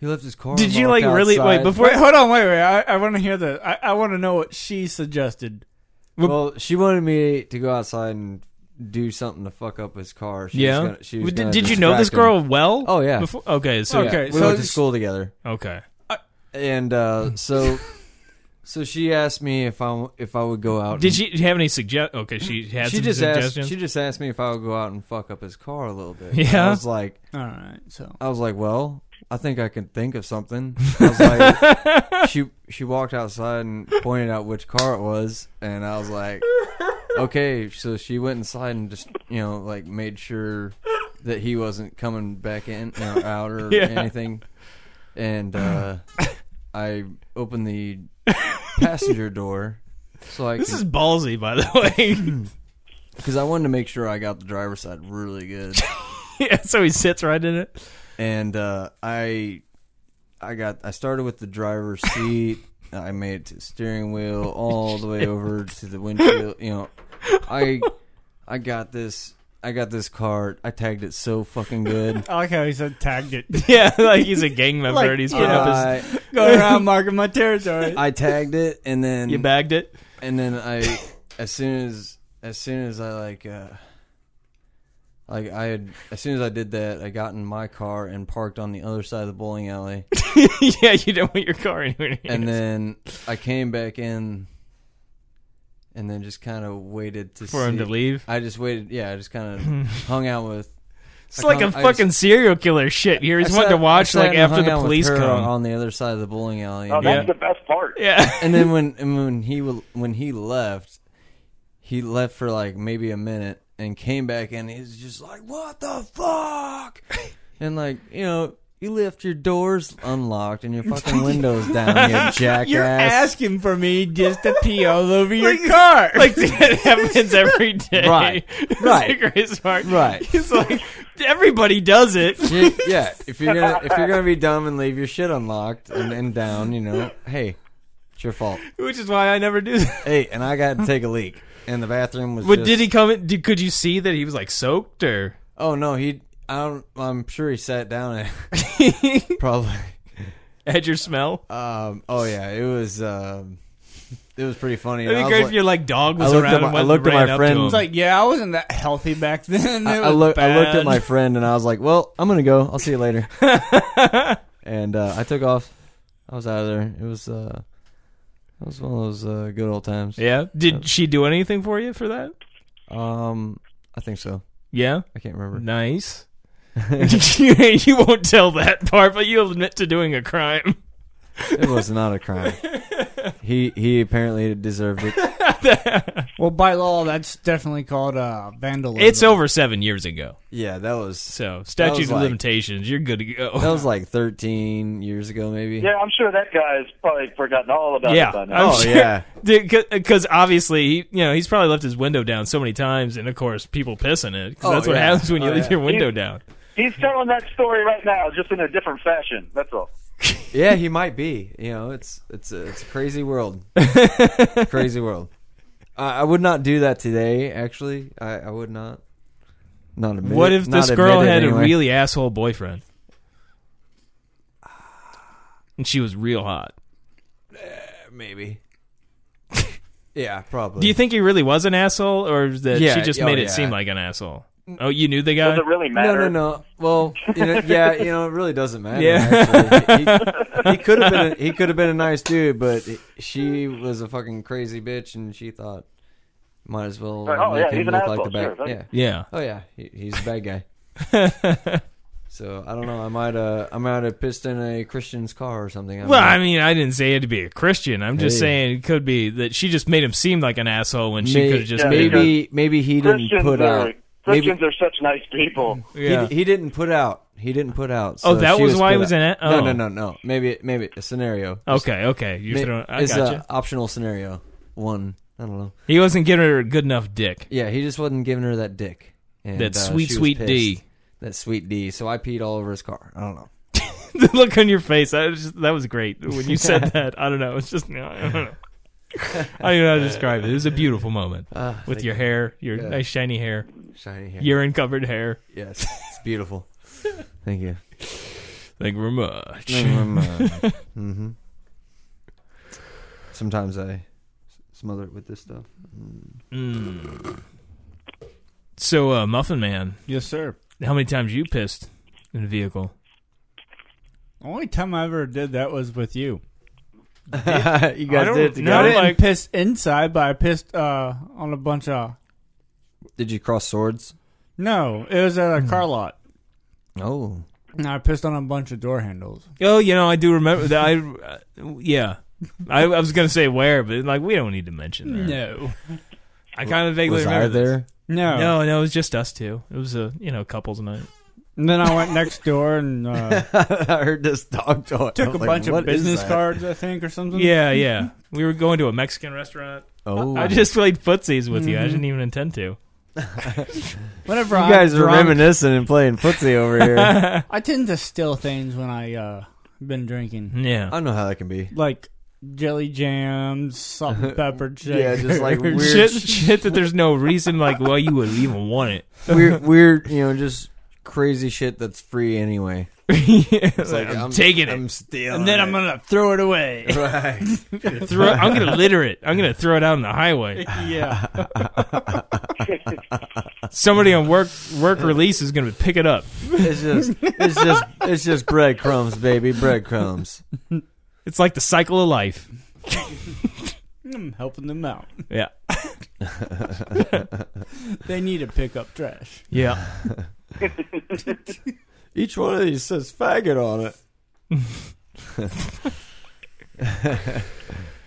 F: he left his car."
D: Did you like really wait
F: outside."
D: before?
E: Wait, hold on, wait, wait. I, I want to hear the. I, I want to know what she suggested.
F: Well, she wanted me to go outside and do something to fuck up his car. She was
D: yeah.
F: gonna- she was
D: did
F: gonna
D: did you know
F: distract
D: this
F: him.
D: girl well?
F: Oh, yeah.
D: Before? Okay. So
F: Yeah,
E: Okay,
F: we
E: so
F: went to
E: sh-
F: school together.
D: okay.
F: and uh, so so she asked me if I if I would go out.
D: Did
F: and-
D: she have any suggest? Okay, she had
F: She
D: some
F: just asked.
D: suggestions.
F: She just asked me if I would go out and fuck up his car a little bit.
D: Yeah?
F: I was like,
E: All right, so
F: I was like, well, I think I can think of something. I was like, she she walked outside and pointed out which car it was, and I was like, okay. So she went inside and just you know like made sure that he wasn't coming back in or out or
D: Yeah.
F: anything, and uh, I opened the passenger door. So I
D: this is
F: because
D: ballsy, by the way.
F: I wanted to make sure I got the driver's side really good.
D: yeah, so he sits right in it.
F: and uh, I I got I started with the driver's seat. I made it to the steering wheel all the way over to the windshield. You know, I I got this. I got this card. I tagged it so fucking good.
E: I like how he said tagged it.
D: Yeah, like he's a gang member
E: Like,
D: and he's
E: you
D: putting up his.
F: I,
E: Go around marking my territory.
F: I tagged it, and then
D: You bagged it.
F: and then I as soon as as soon as I like uh like I had as soon as I did that, I got in my car and parked on the other side of the bowling alley.
D: yeah, you don't want your car anywhere. Near.
F: and then I came back in, and then just kind of waited to
D: for him
F: see-
D: to leave.
F: I just waited. Yeah, I just kind of hung out with.
D: It's like a
F: come- I
D: fucking serial killer shit here. He's wanting to watch like after the police
F: come
D: come.
F: on the other side of the bowling alley.
G: Oh,
F: and,
G: that's
D: Yeah.
G: the best part.
D: yeah.
F: and then when and when he wa- when he left, he left for like maybe a minute and came back and he's just like, "What the fuck?" And like you know. You left your doors unlocked and your fucking windows down, you jackass.
E: You're asking for me just to pee all over your car.
D: Like that happens every day.
F: Right.
D: It's
F: Right.
D: the greatest part.
F: Right.
D: It's like everybody does it.
F: Yeah, yeah, if you're gonna if you're gonna be dumb and leave your shit unlocked and, and down, you know, hey, it's your fault.
D: Which is why I never do that.
F: Hey, and I got to take a leak, and the bathroom was.
D: But
F: just-
D: did he come in did, could you see that he was like soaked or
F: Oh no, he. I don't. I'm sure he sat down and probably.
D: had your smell?
F: Um. Oh yeah, it was. Um. It was pretty funny. and I
D: It'd be
F: was
D: great
F: like-
D: if your like dog was
F: I looked at
D: around
F: my-
D: and
F: I
D: went
F: looked at
D: and ran
F: my
D: up to
F: friends,
D: him.
E: It's like, yeah, I wasn't that healthy back then.
F: I,
E: It
F: I
E: was
F: looked. I looked
D: bad.
F: at my friend and I was like, "Well, I'm gonna go. I'll see you later." and uh, I took off. I was out of there. It was. Uh, it was one of those uh, good old times.
D: Yeah. Did she do anything for you for that?
F: Um, I think so.
D: Yeah.
F: I can't remember.
D: Nice. you won't tell that part, but you'll admit to doing a crime.
F: It was not a crime. he he apparently deserved it.
E: well, by law, that's definitely called uh, vandalism.
D: It's over seven years ago.
F: Yeah, that was
D: So
F: That
D: statute
F: was
D: of
F: like-
D: limitations, you're good to
F: that
D: go.
F: was like 13 years ago, maybe.
G: Yeah, I'm sure that guy's probably forgotten all about
D: Yeah,
G: it by now.
D: I'm
F: Oh,
D: sure.
F: yeah.
D: because obviously, he, you know, he's probably left his window down so many times, and of course, people piss in it. 'cause
F: Oh,
D: that's what
F: yeah.
D: happens when you
F: Oh,
D: leave
F: yeah.
D: your window down.
C: He's telling that story right now, just in a different fashion. That's all.
F: Yeah, he might be. You know, it's it's a, it's a crazy world. crazy world. I, I would not do that today. Actually, I, I would not. Not admit.
D: What if
F: not
D: this
F: admit
D: girl
F: it
D: had
F: anyway.
D: a really asshole boyfriend? And she was real hot.
F: maybe? yeah, probably.
D: Do you think he really was an asshole, or is that
F: Yeah,
D: she just
F: oh,
D: made it
F: yeah.
D: seem like an asshole? Oh, you knew the guy.
C: Does it really
F: No,
C: matter?
F: no, no. Well, you know, yeah, you know, it really doesn't matter.
D: Yeah.
F: actually. he, he could have been a, he could have been a nice dude, but he- she was a fucking crazy bitch, and she thought might as well
C: Oh,
F: make
C: yeah,
F: him
C: he's an
F: look like
C: asshole,
F: the bad.
C: sure,
F: yeah.
D: Yeah.
F: Oh yeah, he, he's a bad guy. so I don't know. I might uh I might have pissed in a Christian's car or something. don't
D: Well,
F: know.
D: I mean, I didn't say it to be a Christian. I'm just
F: Hey.
D: saying it could be that she just made him seem like an asshole when she
F: May-
D: could have just made him.
F: maybe maybe he didn't
C: Christians
F: put
C: are
F: out. Maybe
C: Christians are such nice people.
D: Yeah.
F: He, he didn't put out. He didn't put out. so
D: Oh, that
F: she
D: was why
F: put
D: he was
F: out.
D: in it? Oh.
F: No, no, no, no. Maybe, maybe a scenario.
D: Okay, okay. You're throwing, "Oh, I
F: it's
D: gotcha.
F: a uh, optional scenario. One, I don't know.
D: He wasn't giving her a good enough dick.
F: Yeah, he just wasn't giving her that dick. And,
D: That
F: uh,
D: sweet,
F: she was
D: sweet D.
F: pissed. That sweet D. So I peed all over his car. I don't know.
D: the look on your face, I was just, that was great. When you said that, I don't know. It's just, I don't know. I don't know how to describe it. It was a beautiful moment
F: Ah,
D: with
F: thank
D: your
F: you.
D: hair, your
F: Yeah.
D: nice shiny hair,
F: shiny hair.
D: urine covered hair.
F: Yes, it's beautiful. Thank you.
D: Thank you very much.
F: Mm. mm-hmm. Sometimes I s- smother it with this stuff.
D: Mm. So, uh, Muffin Man,
E: Yes, sir.
D: how many times you pissed in a vehicle?
E: Only time I ever did that was with you.
F: you guys did it
D: don't know.
E: I
F: together.
E: didn't
D: like-
E: piss inside, but I pissed uh, on a bunch of.
F: Did you cross swords?
E: No, it was
F: Hmm.
E: at a car lot.
F: Oh.
E: And I pissed on a bunch of door handles.
D: Oh, you know, I do remember that. I, uh, yeah. I, I was going to say where, but like, we don't need to mention that. I kind of vaguely
F: Was I
D: remember. this.
F: there? Oh.
E: No.
D: No, no, it was just us two. It was a, you know, couples night.
F: Mm-hmm.
E: And then I went next door and uh,
F: I heard this dog talk.
E: took
F: I'm
E: a
F: like,
E: bunch of
F: "What is
E: business
F: that?"
E: cards, I think, or something.
D: Yeah, yeah. We were going to a Mexican restaurant.
F: Oh,
D: I just played footsies with
F: Mm-hmm.
D: you. I didn't even intend to.
E: Whenever
F: You
E: I'm
F: guys are
E: drunk,
F: reminiscing and playing footsie over here. I
E: I tend to steal things when I uh, been drinking,
D: Yeah.
F: don't know how that can be.
E: like jelly jams, salt and pepper chicken.
F: Yeah, just like weird,
D: Shit, shit that there's no reason like why you would even want it.
F: weird, weird. You know, just crazy shit that's free anyway.
D: It's
F: Like,
D: like, I'm, taking
F: I'm
D: it.
F: stealing.
E: and then I'm gonna throw it away.
F: it. right.
D: Throw, I'm gonna litter it. I'm gonna throw it out on the highway.
E: yeah,
D: Somebody on work work release is gonna pick it up.
F: It's just, it's just, it's just breadcrumbs, baby, breadcrumbs.
D: It's like the cycle of life.
E: I'm helping them out.
D: Yeah.
E: They need to pick up trash.
D: Yeah.
F: Each one of these says faggot on it.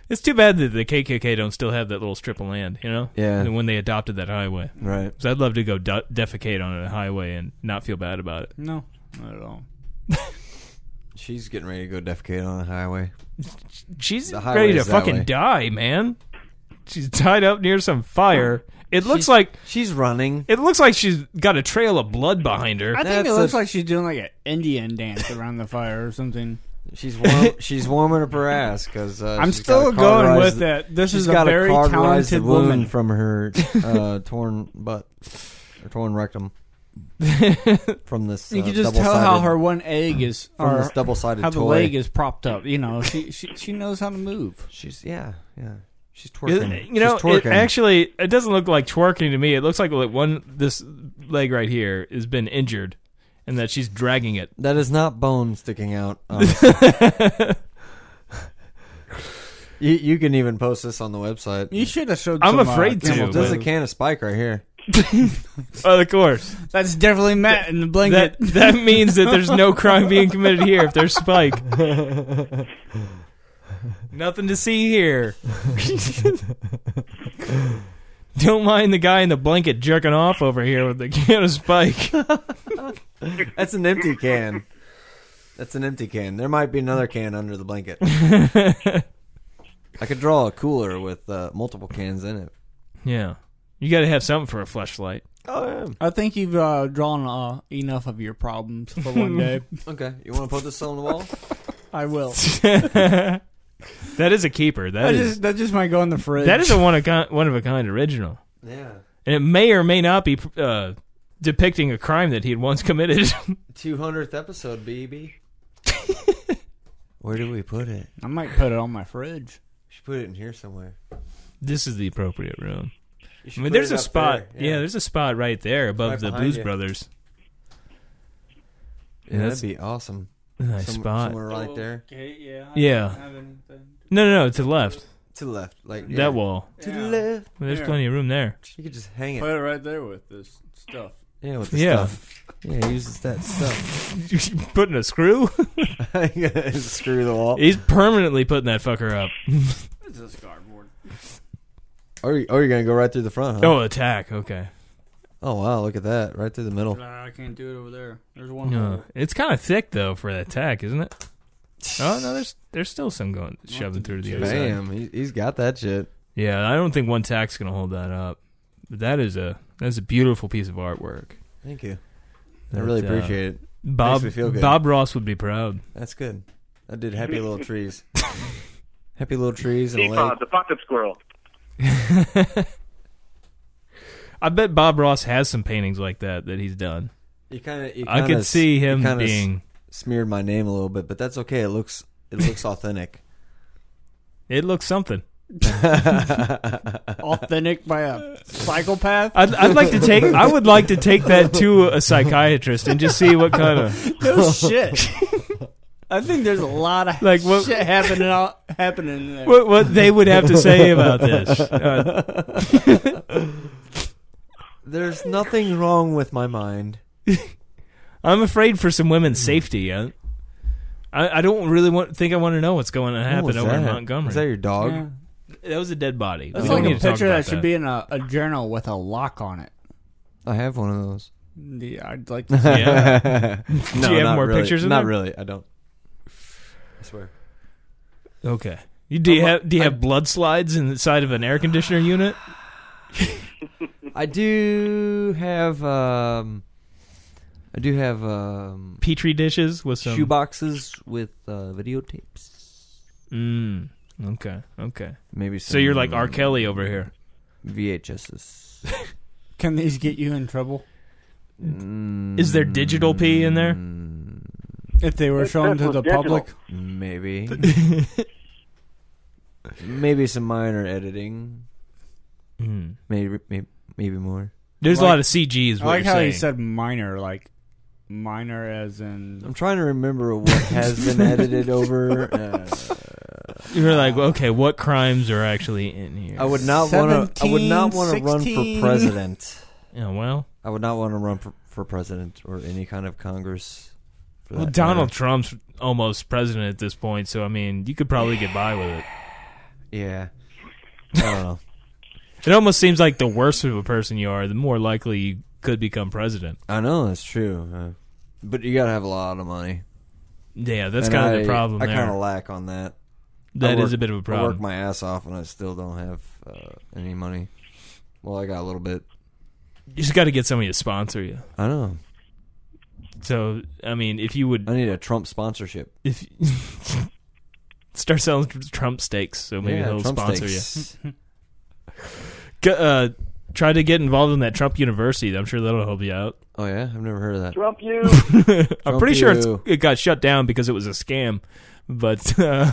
D: It's too bad that the KKK don't still have that little strip of land, you know?
F: Yeah.
D: And when they adopted that highway.
F: Right.
D: So I'd love to go du- defecate on a highway and not feel bad about it.
E: No, not at all.
F: She's getting ready to go defecate on the highway.
D: She's
F: The
D: ready to
F: highway's that
D: fucking
F: way.
D: die, man. She's tied up near some fire. It looks
F: She's-
D: like
F: She's running.
D: it looks like she's got a trail of blood behind her.
E: I think
F: That's
E: it looks
F: a-
E: like she's doing like an Indian dance around the fire or something.
F: She's warm, she's warming up her ass because uh,
E: I'm
F: she's gotta
E: still going
F: cauterize
E: with
F: the-
E: it. This
F: She's
E: is a
F: got
E: very
F: a cauterized
E: talented
F: wound
E: woman.
F: from her uh, torn butt or torn rectum from this.
E: You
F: uh,
E: can just tell
F: double-sided-
E: how her one egg is,
F: from
E: or
F: this double-sided
E: how
F: toy.
E: the leg is propped up. You know, she she, she knows how to move.
F: She's yeah, yeah. She's twerking.
D: It- you know,
F: she's
D: it
F: twerking.
D: actually it doesn't look like twerking to me. It looks like like one this leg right here has been injured and that she's dragging it.
F: that is not bone sticking out. Um, you you can even post this on the website.
E: You should have showed.
D: I'm
E: some, uh,
D: afraid to.
E: camel toe.
F: There's a can of spike right here.
D: Oh, of course.
E: That's definitely Matt in the
D: That
E: blanket.
D: that means that there's no crime being committed here if there's spike. Nothing to see here. Don't mind the guy in the blanket jerking off over here with the can of spike.
F: That's an empty can. That's an empty can. There might be another can under the blanket. I could draw a cooler with uh, multiple cans in it.
D: Yeah. You gotta have something for a flashlight.
F: Oh,
E: I think you've uh, drawn uh, enough of your problems for one day.
F: yeah. Okay. You want to put this on the wall?
E: I will.
D: that is a keeper.
E: I
D: That is
E: just, that just might go in the fridge.
D: that is a one of kind, one of a kind original,
F: yeah.
D: and it may or may not be uh, depicting a crime that he had once committed.
F: 200th episode, BB. Where do we put it?
E: I might put it on my fridge.
F: We should put it in here somewhere.
D: this is the appropriate room.
F: You should
D: I mean,
F: put
D: there's
F: it
D: a
F: up
D: spot.
F: there,
D: yeah. there's a spot right there above
F: Right
D: the
F: behind
D: Blues
F: you.
D: Brothers.
F: Yeah, that'd be awesome.
D: Nice
F: Some-
D: spot.
F: Somewhere right there.
E: Okay, yeah.
D: Yeah. No, no, no, to the left.
F: To the left. Like yeah.
D: That wall.
F: To the left.
D: There's
E: There.
D: plenty of room there.
F: You could just hang
E: Put
F: it.
E: it right there with this stuff.
F: Yeah, with the
D: Yeah.
F: stuff. Yeah, uses that stuff.
D: You putting a screw?
F: Screw the wall.
D: He's permanently putting that fucker up.
E: It's this cardboard.
F: Oh, you- oh, you're gonna go right through the front. Huh?
D: Oh, attack. Okay.
F: Oh, wow, look at that, right through the middle.
E: Nah, I can't do it over there. There's
F: Uh-huh.
E: one.
D: No,
E: hole.
D: Uh, it's kind of thick though for the attack, isn't it? Oh no, there's there's still some going shoving through the other side.
F: Bam, he, he's got that shit.
D: Yeah, I don't think one tack's gonna hold that up. But that is a that's a beautiful piece of artwork.
F: Thank you. I really
D: That, uh,
F: appreciate it.
D: Bob
F: me feel good.
D: Bob Ross would be proud.
F: That's good. I did happy little trees. happy little trees and a lake.
G: Teapot, the pocket squirrel.
D: I bet Bob Ross has some paintings like that that he's done.
F: You kind of.
D: I could see him
F: kinda s-
D: being.
F: smeared my name a little bit, but that's okay. It looks it looks authentic.
D: It looks something.
E: Authentic by a psychopath.
D: I'd, I'd like to take. I would like to take that to a psychiatrist and just see what kind of
E: no shit. I think there's a lot of
D: Like what-
E: shit happening out, happening there.
D: what, what they would have to say about this. Uh,
F: There's nothing wrong with my mind.
D: I'm afraid for some women's safety. I, I, I don't really want think I want to know what's going to
F: What
D: happen
F: was
D: over in
F: that?
D: Montgomery.
F: Is that your dog?
E: Yeah.
D: that was a dead body.
E: That's
D: We don't
E: like a
D: need to talk
E: picture
D: about
E: that should be in a, a journal with a lock on it.
F: I have one of those.
E: Yeah, I'd like to see
D: Yeah.
F: no,
D: Do you have
F: not
D: more
F: really.
D: pictures in
F: Not
D: there?
F: really. I don't. I swear.
D: Okay. You, do you have do you have blood slides inside of an air conditioner unit?
F: I do have um I do have um
D: Petri dishes with some.
F: shoe boxes with uh videotapes.
D: Mm. Okay. Mm. Okay.
F: Maybe
D: So you're like R. Kelly over here.
F: VHSs.
E: Can these get you in trouble
D: Is there digital pee in there?
F: Mm,
E: if they were shown to
G: was
E: the
G: digital.
E: public?
F: Maybe. maybe some minor editing.
D: Mm.
F: Maybe maybe, maybe more.
D: There's a
E: Like-
D: lot of CG. Is
E: I
D: what
E: like
D: you're
E: how
D: saying.
E: you said minor, like minor as in
F: I'm trying to remember what has been edited over. Uh,
D: You were like, okay, what crimes are actually in here?
F: I would not want to. I would not want to run
E: 16.
F: for president.
D: yeah, well,
F: I would not want to run for, for president or any kind of Congress. for
D: well,
F: that
D: Donald
F: matter.
D: Trump's almost president at this point, so I mean, you could probably get by with it.
F: Yeah. I don't know.
D: It almost seems like the worse of a person you are, the more likely you could become president.
F: I know that's true, uh, but you gotta have a lot of money.
D: Yeah, that's
F: And
D: kind of
F: I-
D: the problem
F: I kind of
D: there.
F: lack on that.
D: That
F: I
D: is
F: work-
D: a bit of
F: I
D: a
F: work
D: problem.
F: my ass off, and I still don't have uh, any money. Well, I got a little bit.
D: You just got to get somebody to sponsor you.
F: I know.
D: So, I mean, if you would,
F: I need a Trump sponsorship.
D: if start selling Trump steaks, so maybe
F: yeah,
D: they'll
F: Trump
D: sponsor
F: steaks.
D: you. G- Uh, try to get involved in that Trump University. I'm sure that'll help you out.
F: Oh yeah, I've never heard of that.
G: Trump you.
D: I'm pretty sure it's,
F: you.
D: it got shut down because it was a scam, but uh,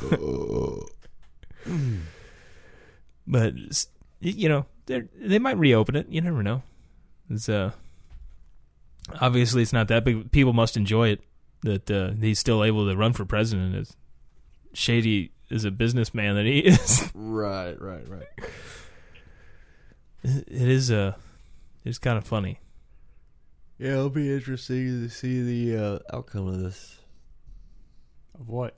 D: but s- y- you know they they might reopen it. You never know. It's uh obviously it's not that big. People must enjoy it that uh, he's still able to run for president. As shady as a businessman that he is,
F: Right, right, right.
D: it is uh it's kind of funny.
F: Yeah, it'll be interesting to see the uh, outcome of this,
E: of what?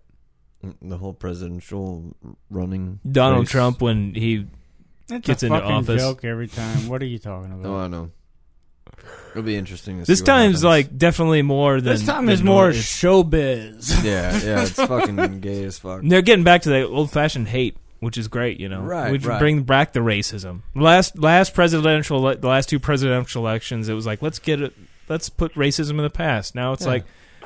F: Mm, the whole presidential running.
D: Donald
F: race.
D: Trump when he
E: It's
D: Gets
E: a
D: into
E: fucking
D: office.
E: joke every time. What are you talking about?
F: Oh, I know. It'll be interesting. To
D: this
F: see what
D: time's
F: happens.
D: like definitely more than
E: this time
D: than
E: is more
D: nor- it's-
E: showbiz.
F: Yeah, yeah, it's fucking gay as fuck.
D: They're getting back to the old fashioned hate. which is great, you know.
F: Right,
D: we should
F: right.
D: bring back the racism. Last last presidential ele- the last two presidential elections, it was like let's get it, let's put racism in the past. Now it's like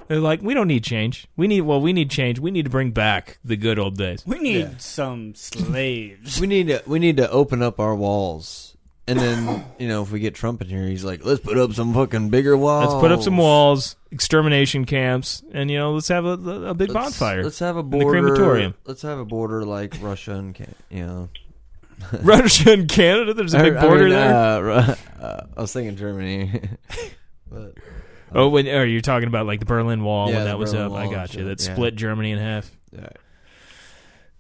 D: they're like we don't need change. We need well, we need change. We need to bring back the good old days.
E: We need some slaves.
F: We need to we need to open up our walls, and then you know if we get Trump in here, he's like, let's put up some fucking bigger walls.
D: Let's put up some
F: Oh.
D: walls, extermination camps, and you know let's have a, a a big
F: Let's-
D: bonfire.
F: Let's have a
D: the
F: border.
D: crematorium.
F: Let's have a border like Russia and Can- you know.
D: Russia and Canada. There's a
F: I-
D: big
F: I
D: border
F: mean,
D: there.
F: uh, Ru- uh, I was thinking Germany. but,
D: oh, when are you talking about like the Berlin Wall
F: Yeah,
D: when
F: the
D: that was
F: Berlin
D: up? I
F: Wall,
D: got you.
F: sure,
D: That
F: yeah.
D: split Germany in half.
F: yeah.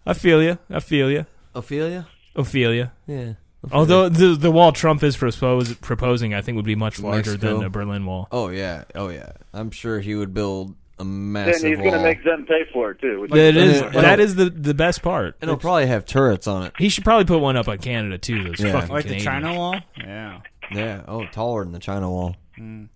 D: I feel you. I feel you.
F: Ophelia.
D: Ophelia.
F: Yeah.
D: Although the the wall Trump is propose, proposing, I think would be much larger
F: Mexico.
D: than the Berlin Wall.
F: Oh yeah. Oh yeah. I'm sure he would build a
G: And
F: massive
G: he's
F: wall.
G: going to make them pay for it, too. Which
D: That is
F: uh,
D: that is the the best part.
F: It'll probably have turrets on it.
D: He should probably put one up on Canada too. Those
F: Yeah.
D: fucking
E: like the
D: Canadians.
E: China Wall? Yeah.
F: Yeah. Oh, taller than the China Wall.
D: Hmm.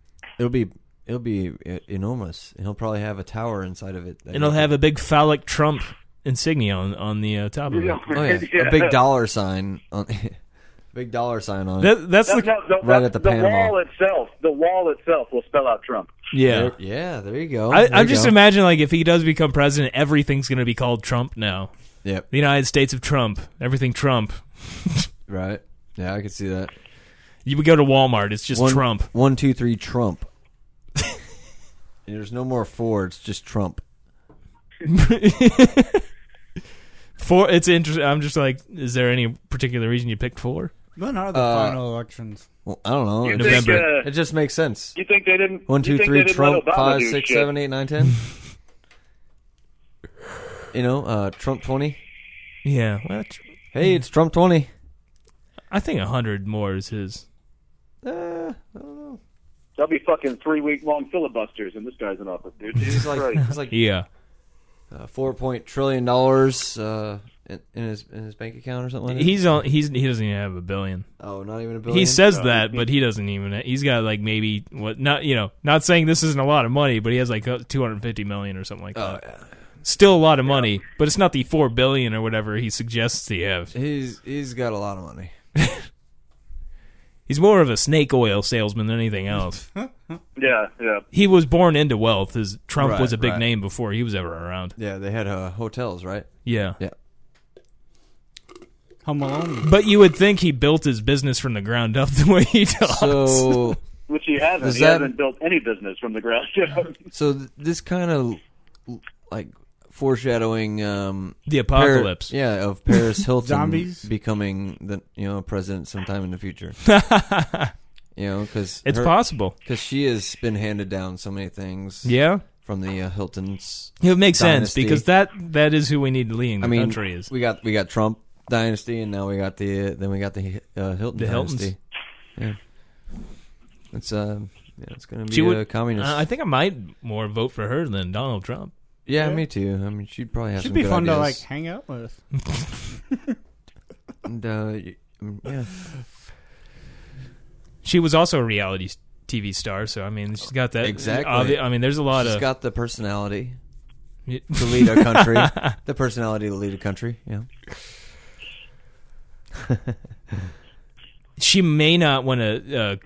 F: It'll be it'll be e- enormous, and he'll probably have a tower inside of it. that
D: and he'll
F: you
D: have
F: can-
D: a big phallic Trump insignia on on the uh, top of it.
F: oh, yeah, a big dollar sign on big dollar sign on it.
D: That, that's
G: No,
D: the
G: no, the,
F: Right at the
G: the
F: Panama.
G: wall itself, the wall itself will spell out Trump.
D: yeah.
F: Yeah. There you go.
D: I,
F: There
D: I
F: you
D: just
F: go.
D: imagine like if he does become president, everything's going to be called Trump now.
F: Yep.
D: The United States of Trump. Everything Trump.
F: Right. Yeah, I could see that.
D: You would go to Walmart. It's just
F: One-
D: Trump.
F: One, two, three, Trump. And There's no more four. It's just Trump.
D: Four. It's interesting. I'm just like, is there any particular reason you picked four?
E: When are the
F: Uh,
E: final elections?
F: Well, I don't know.
G: You
F: It
D: November.
F: just-
G: think, uh,
F: It just makes sense.
G: you think they didn't?
F: Oh, One,
G: you
F: two,
G: think
F: three,
G: they didn't
F: Trump.
G: let Obama
F: Five,
G: do
F: six,
G: shit?
F: seven, eight, nine, ten. You know, uh, Trump twenty.
D: Yeah. Well, that's-
F: Hey, it's Trump twenty.
D: I think a hundred more is his.
F: Uh,
G: That'll be fucking three week long filibusters, and this guy's in office, dude. Jesus
F: he's like
G: Christ.
F: he's like
D: Yeah.
F: uh, four point trillion dollars uh, in, in his in his bank account or something. Like that.
D: He's on. He's he doesn't even have a billion.
F: oh, not even a billion.
D: He says that, but he doesn't even. He's got like maybe what not you know not saying this isn't a lot of money, but he has like uh, two hundred fifty million or something like
F: Oh,
D: that.
F: yeah.
D: Still a lot of money, but it's not the four billion or whatever he suggests he have.
F: he's he's got a lot of money.
D: He's more of a snake oil salesman than anything else.
G: yeah, yeah.
D: he was born into wealth. As Trump
F: Right,
D: was a big
F: right.
D: name before he was ever around.
F: Yeah, they had uh, hotels, right?
D: Yeah.
F: Yeah.
E: Home Alone.
D: But you would think he built his business from the ground up the way he does.
F: So
G: Which he hasn't.
F: Does
G: he
F: that-
G: hasn't built any business from the ground up.
F: So th- this kind of like foreshadowing um
D: the
F: Par-
D: apocalypse.
F: yeah, of Paris Hilton
E: Zombies?
F: becoming the you know president sometime in the future. you know, because
D: It's possible.
F: because she has been handed down so many things.
D: Yeah.
F: from the uh, Hiltons.
D: It makes sense
F: Dynasty.
D: because that that is who we need leading the
F: I mean,
D: country is.
F: we got we got Trump dynasty, and now we got the uh, then we got the uh, Hilton
D: The Hiltons.
F: dynasty. Yeah, it's uh, yeah, it's gonna be
D: She would-
F: a communist.
D: Uh, I think I might more vote for her than Donald Trump.
F: yeah, me too. I mean, she'd probably have
E: Should
F: some
E: be
F: good
E: fun to like
F: ideas.
E: hang out with.
F: And, uh, y- mm, yeah.
D: She was also a reality s- TV star, so I mean, she's got that
F: Exactly.
D: obvi- I mean, there's a lot
F: She's
D: of
F: got the personality
D: Yeah.
F: to lead a country. the personality to lead a country. Yeah.
D: she may not want to, uh,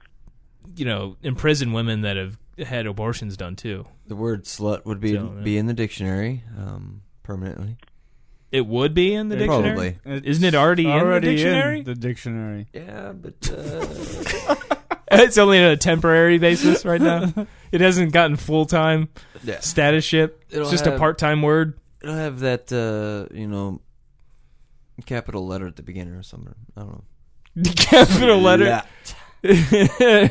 D: you know, imprison women that have had abortions done too.
F: The word slut would be
D: So, yeah.
F: be in the dictionary um, permanently.
D: It would be in the dictionary.
E: It's
D: Isn't it already,
E: already
D: in the dictionary?
E: the dictionary.
F: Yeah, but uh,
D: it's only on a temporary basis right now. It hasn't gotten full time
F: yeah.
D: status ship.
F: It'll
D: it's just a
F: have-
D: part time word.
F: it'll have that uh, you know capital letter at the beginning or something. I don't know.
D: Capital letter.
F: Yeah.
D: well,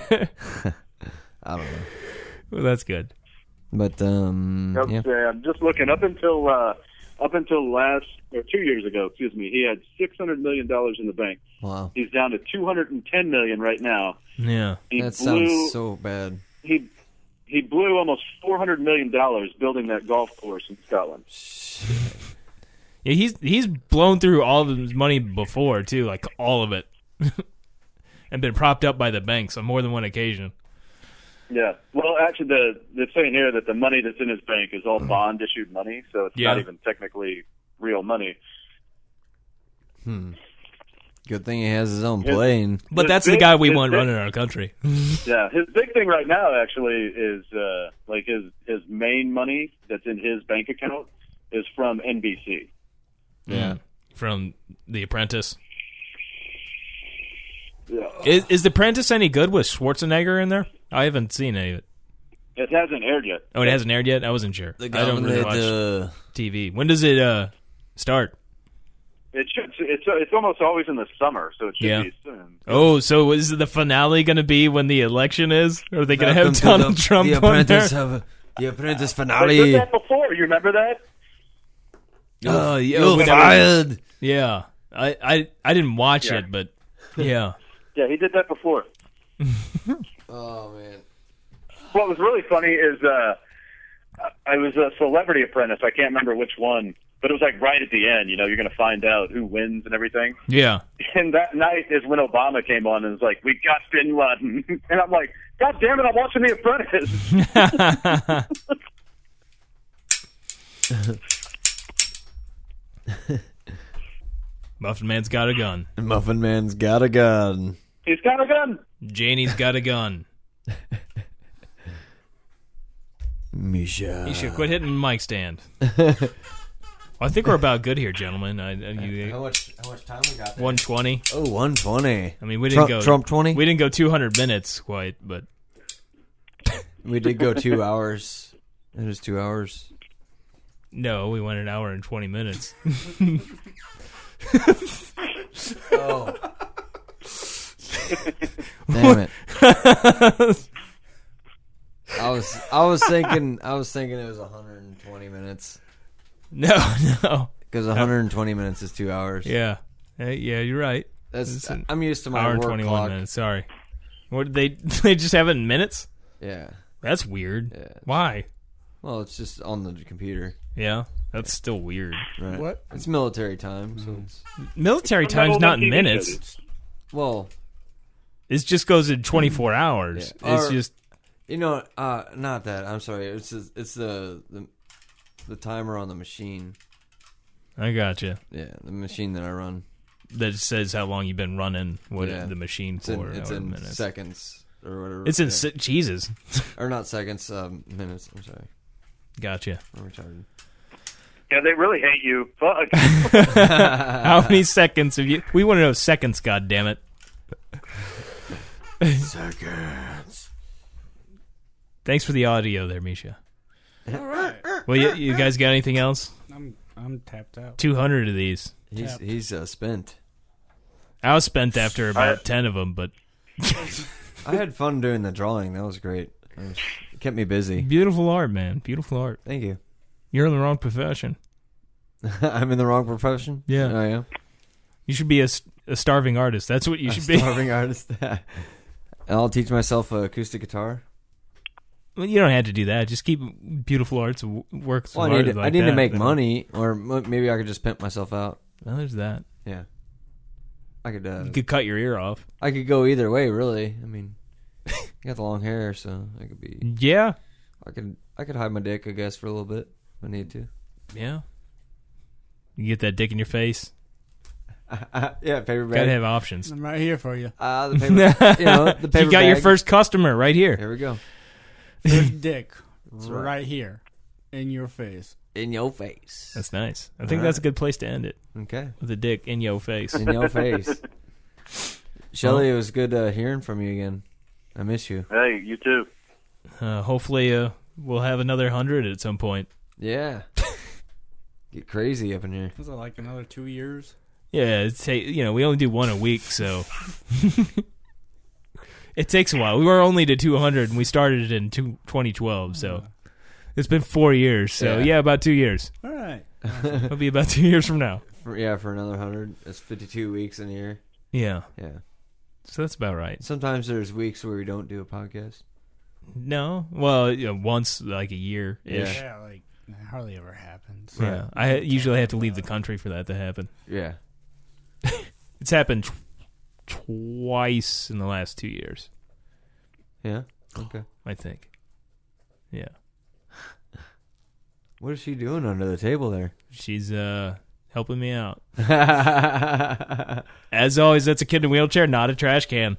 F: I don't know.
D: that's good.
F: But um,
G: Nope,
F: yeah.
G: uh, I'm just looking up until uh, up until last or two years ago. Excuse me. He had 600 million dollars in the bank.
F: Wow,
G: He's down to 210 million right now.
D: Yeah.
G: He
F: that
G: blew
F: sounds so bad.
G: he he blew almost 400 million dollars building that golf course in Scotland.
D: Yeah, he's he's blown through all of his money before too, like all of it, and been propped up by the banks on more than one occasion.
G: Yeah. Well, actually, the they're saying here that the money that's in his bank is all bond issued money, so it's
D: Yeah.
G: not even technically real money.
F: Good thing he has his own plane.
D: But
G: His
D: that's the
G: big-
D: guy we
G: his
D: want
G: big-
D: running our country.
G: Yeah, his big thing right now actually is uh, like his his main money that's in his bank account is from NBC.
F: Yeah.
D: from The Apprentice.
G: Yeah.
D: Is, is The Apprentice any good with Schwarzenegger in there? I haven't seen any of it.
G: It hasn't aired yet.
D: Oh, it hasn't aired yet. I wasn't sure. I don't really watch
F: the,
D: TV. When does it uh, start?
G: It should. It's it's almost always in the summer, so it should
D: Yeah.
G: be soon.
D: Oh, so is the finale going to be when the election is? Or are they going to have Donald Trump
F: the
D: on there?
F: apprentice Have, the apprentice
G: They did
F: finale.
G: that before. You remember that?
F: Oh,
D: oh,
F: you're
D: we never-
F: fired.
D: Yeah, I I, I didn't watch
G: Yeah.
D: it, but yeah,
G: Yeah, he did that before.
F: Oh man.
G: What was really funny is uh, I was a Celebrity Apprentice. I can't remember which one, but it was like right at the end. You know, you're going to find out who wins and everything.
D: yeah.
G: And that night is when Obama came on and was like, "We got Bin Laden," and I'm like, "God damn it! I'm watching The Apprentice."
D: Muffin Man's got a gun.
F: Muffin Man's got a gun.
G: He's got a gun.
D: Janie's got a gun.
F: Misha.
D: You should quit hitting the mic stand. I think we're about good here, gentlemen. I, I, you,
F: much? How much time we got?
D: 120.
F: Oh, 120.
D: I mean, we didn't
F: Trump,
D: go
F: Trump 20.
D: We didn't go 200 minutes quite, but
F: we did go two hours. It was two hours.
D: no, we went an hour and 20 minutes.
F: Oh. Damn it. I was I was thinking I was thinking it was 120 minutes
D: No, no.
F: because 120 minutes is two hours.
D: Yeah, Hey, yeah, you're right.
F: That's
D: an
F: I'm used to my
D: Hour and
F: work
D: 21
F: clock.
D: minutes. Sorry. What they they just have it in minutes?
F: Yeah.
D: That's weird.
F: Yeah.
D: Why?
F: Well, it's just on the computer.
D: Yeah, that's still weird.
F: Right.
E: What?
F: It's military time,
D: Hmm.
F: so it's
D: Military time's
G: old
D: not in
G: TV shows.
D: minutes.
F: well.
D: It just goes in 24 hours.
F: Mm. Yeah.
D: It's
F: Or-
D: just
F: You know, uh, not that. I'm sorry. It's just, it's the, the the timer on the machine.
D: I gotcha.
F: Yeah, the machine that I run.
D: That says how long you've been running what
F: Yeah.
D: the machine
F: It's in,
D: for.
F: it's
D: or
F: in
D: minutes.
F: seconds or whatever.
D: It's in
F: yeah.
D: se- Jesus.
F: or not seconds, um, minutes. I'm sorry.
D: Gotcha.
F: I'm retarded.
G: Yeah, they really hate you. Fuck.
F: Uh,
D: How many seconds have you? We want to know seconds. God damn it.
F: Seconds.
D: Thanks for the audio there, Misha. All right. Well, you, you guys got anything else?
E: I'm I'm tapped out.
D: 200 of these.
F: He's
E: Tap.
F: he's uh, spent.
D: I was spent after about 10 of them, but
F: I had fun doing the drawing. That was great. That was- it kept me busy.
D: beautiful art, man. Beautiful art.
F: Thank you.
D: You're in the wrong profession.
F: I'm in the wrong profession. Oh,
D: Yeah.
F: I am.
D: You should be a, s- a starving artist. That's what you should be.
F: Starving artist. and I'll teach myself uh, acoustic guitar.
D: Well, you don't have to do that. Just keep beautiful arts w- works.
F: Well,
D: of
F: I need
D: art
F: to,
D: like
F: I need to
D: that.
F: make money, or m- maybe I could just pimp myself out.
D: Well, there's that.
F: Yeah, I could. Uh,
D: You could cut your ear off.
F: I could go either way, really. I mean, I got the long hair, so I could be.
D: Yeah.
F: I could. I could hide my dick, I guess, for a little bit if I need to.
D: Yeah. You get that dick in your face.
F: Uh-huh. yeah, paper bag.
D: Gotta have options.
E: I'm right here for you.
F: Ah, the paper. you know, the paper.
D: you got your
F: bag.
D: first customer right here.
F: Here we go.
E: First dick
F: right.
E: right. here in your face.
F: In your face.
D: That's nice. I think
F: All
D: that's a
F: right.
D: good place to end it
F: Okay.
D: with a dick in your face.
F: In your face. Shelly, it was good uh, hearing from you again. I miss you.
G: hey, you too.
D: Uh, hopefully, uh, we'll have another hundred at some point.
F: Yeah. Get crazy up in here.
E: Was it like another two years?
D: Yeah, it's ta- you know we only do one a week, so it takes a while. We were only to two hundred, and we started in two- 2012, so it's been four years. So
F: Mm-hmm. Yeah.
D: yeah, about two years.
E: All right.
D: It'll be about two years from now.
F: For, yeah, for another hundred. That's fifty-two weeks in a year.
D: Yeah,
F: Yeah.
D: so that's about right.
F: Sometimes there's weeks where we don't do a podcast.
D: No, well, you know, once like a year ish.
F: Yeah.
D: Yeah.
E: Yeah, like that hardly ever happens.
D: I usually have to leave the country for that to happen.
F: Yeah.
D: It's happened tw- twice in the last two years,
F: Yeah. Okay.
D: I think. Yeah,
F: What is she doing under the table there?
D: she's uh helping me out.
F: yeah.
D: As always, that's a kid in a wheelchair, not a trash can.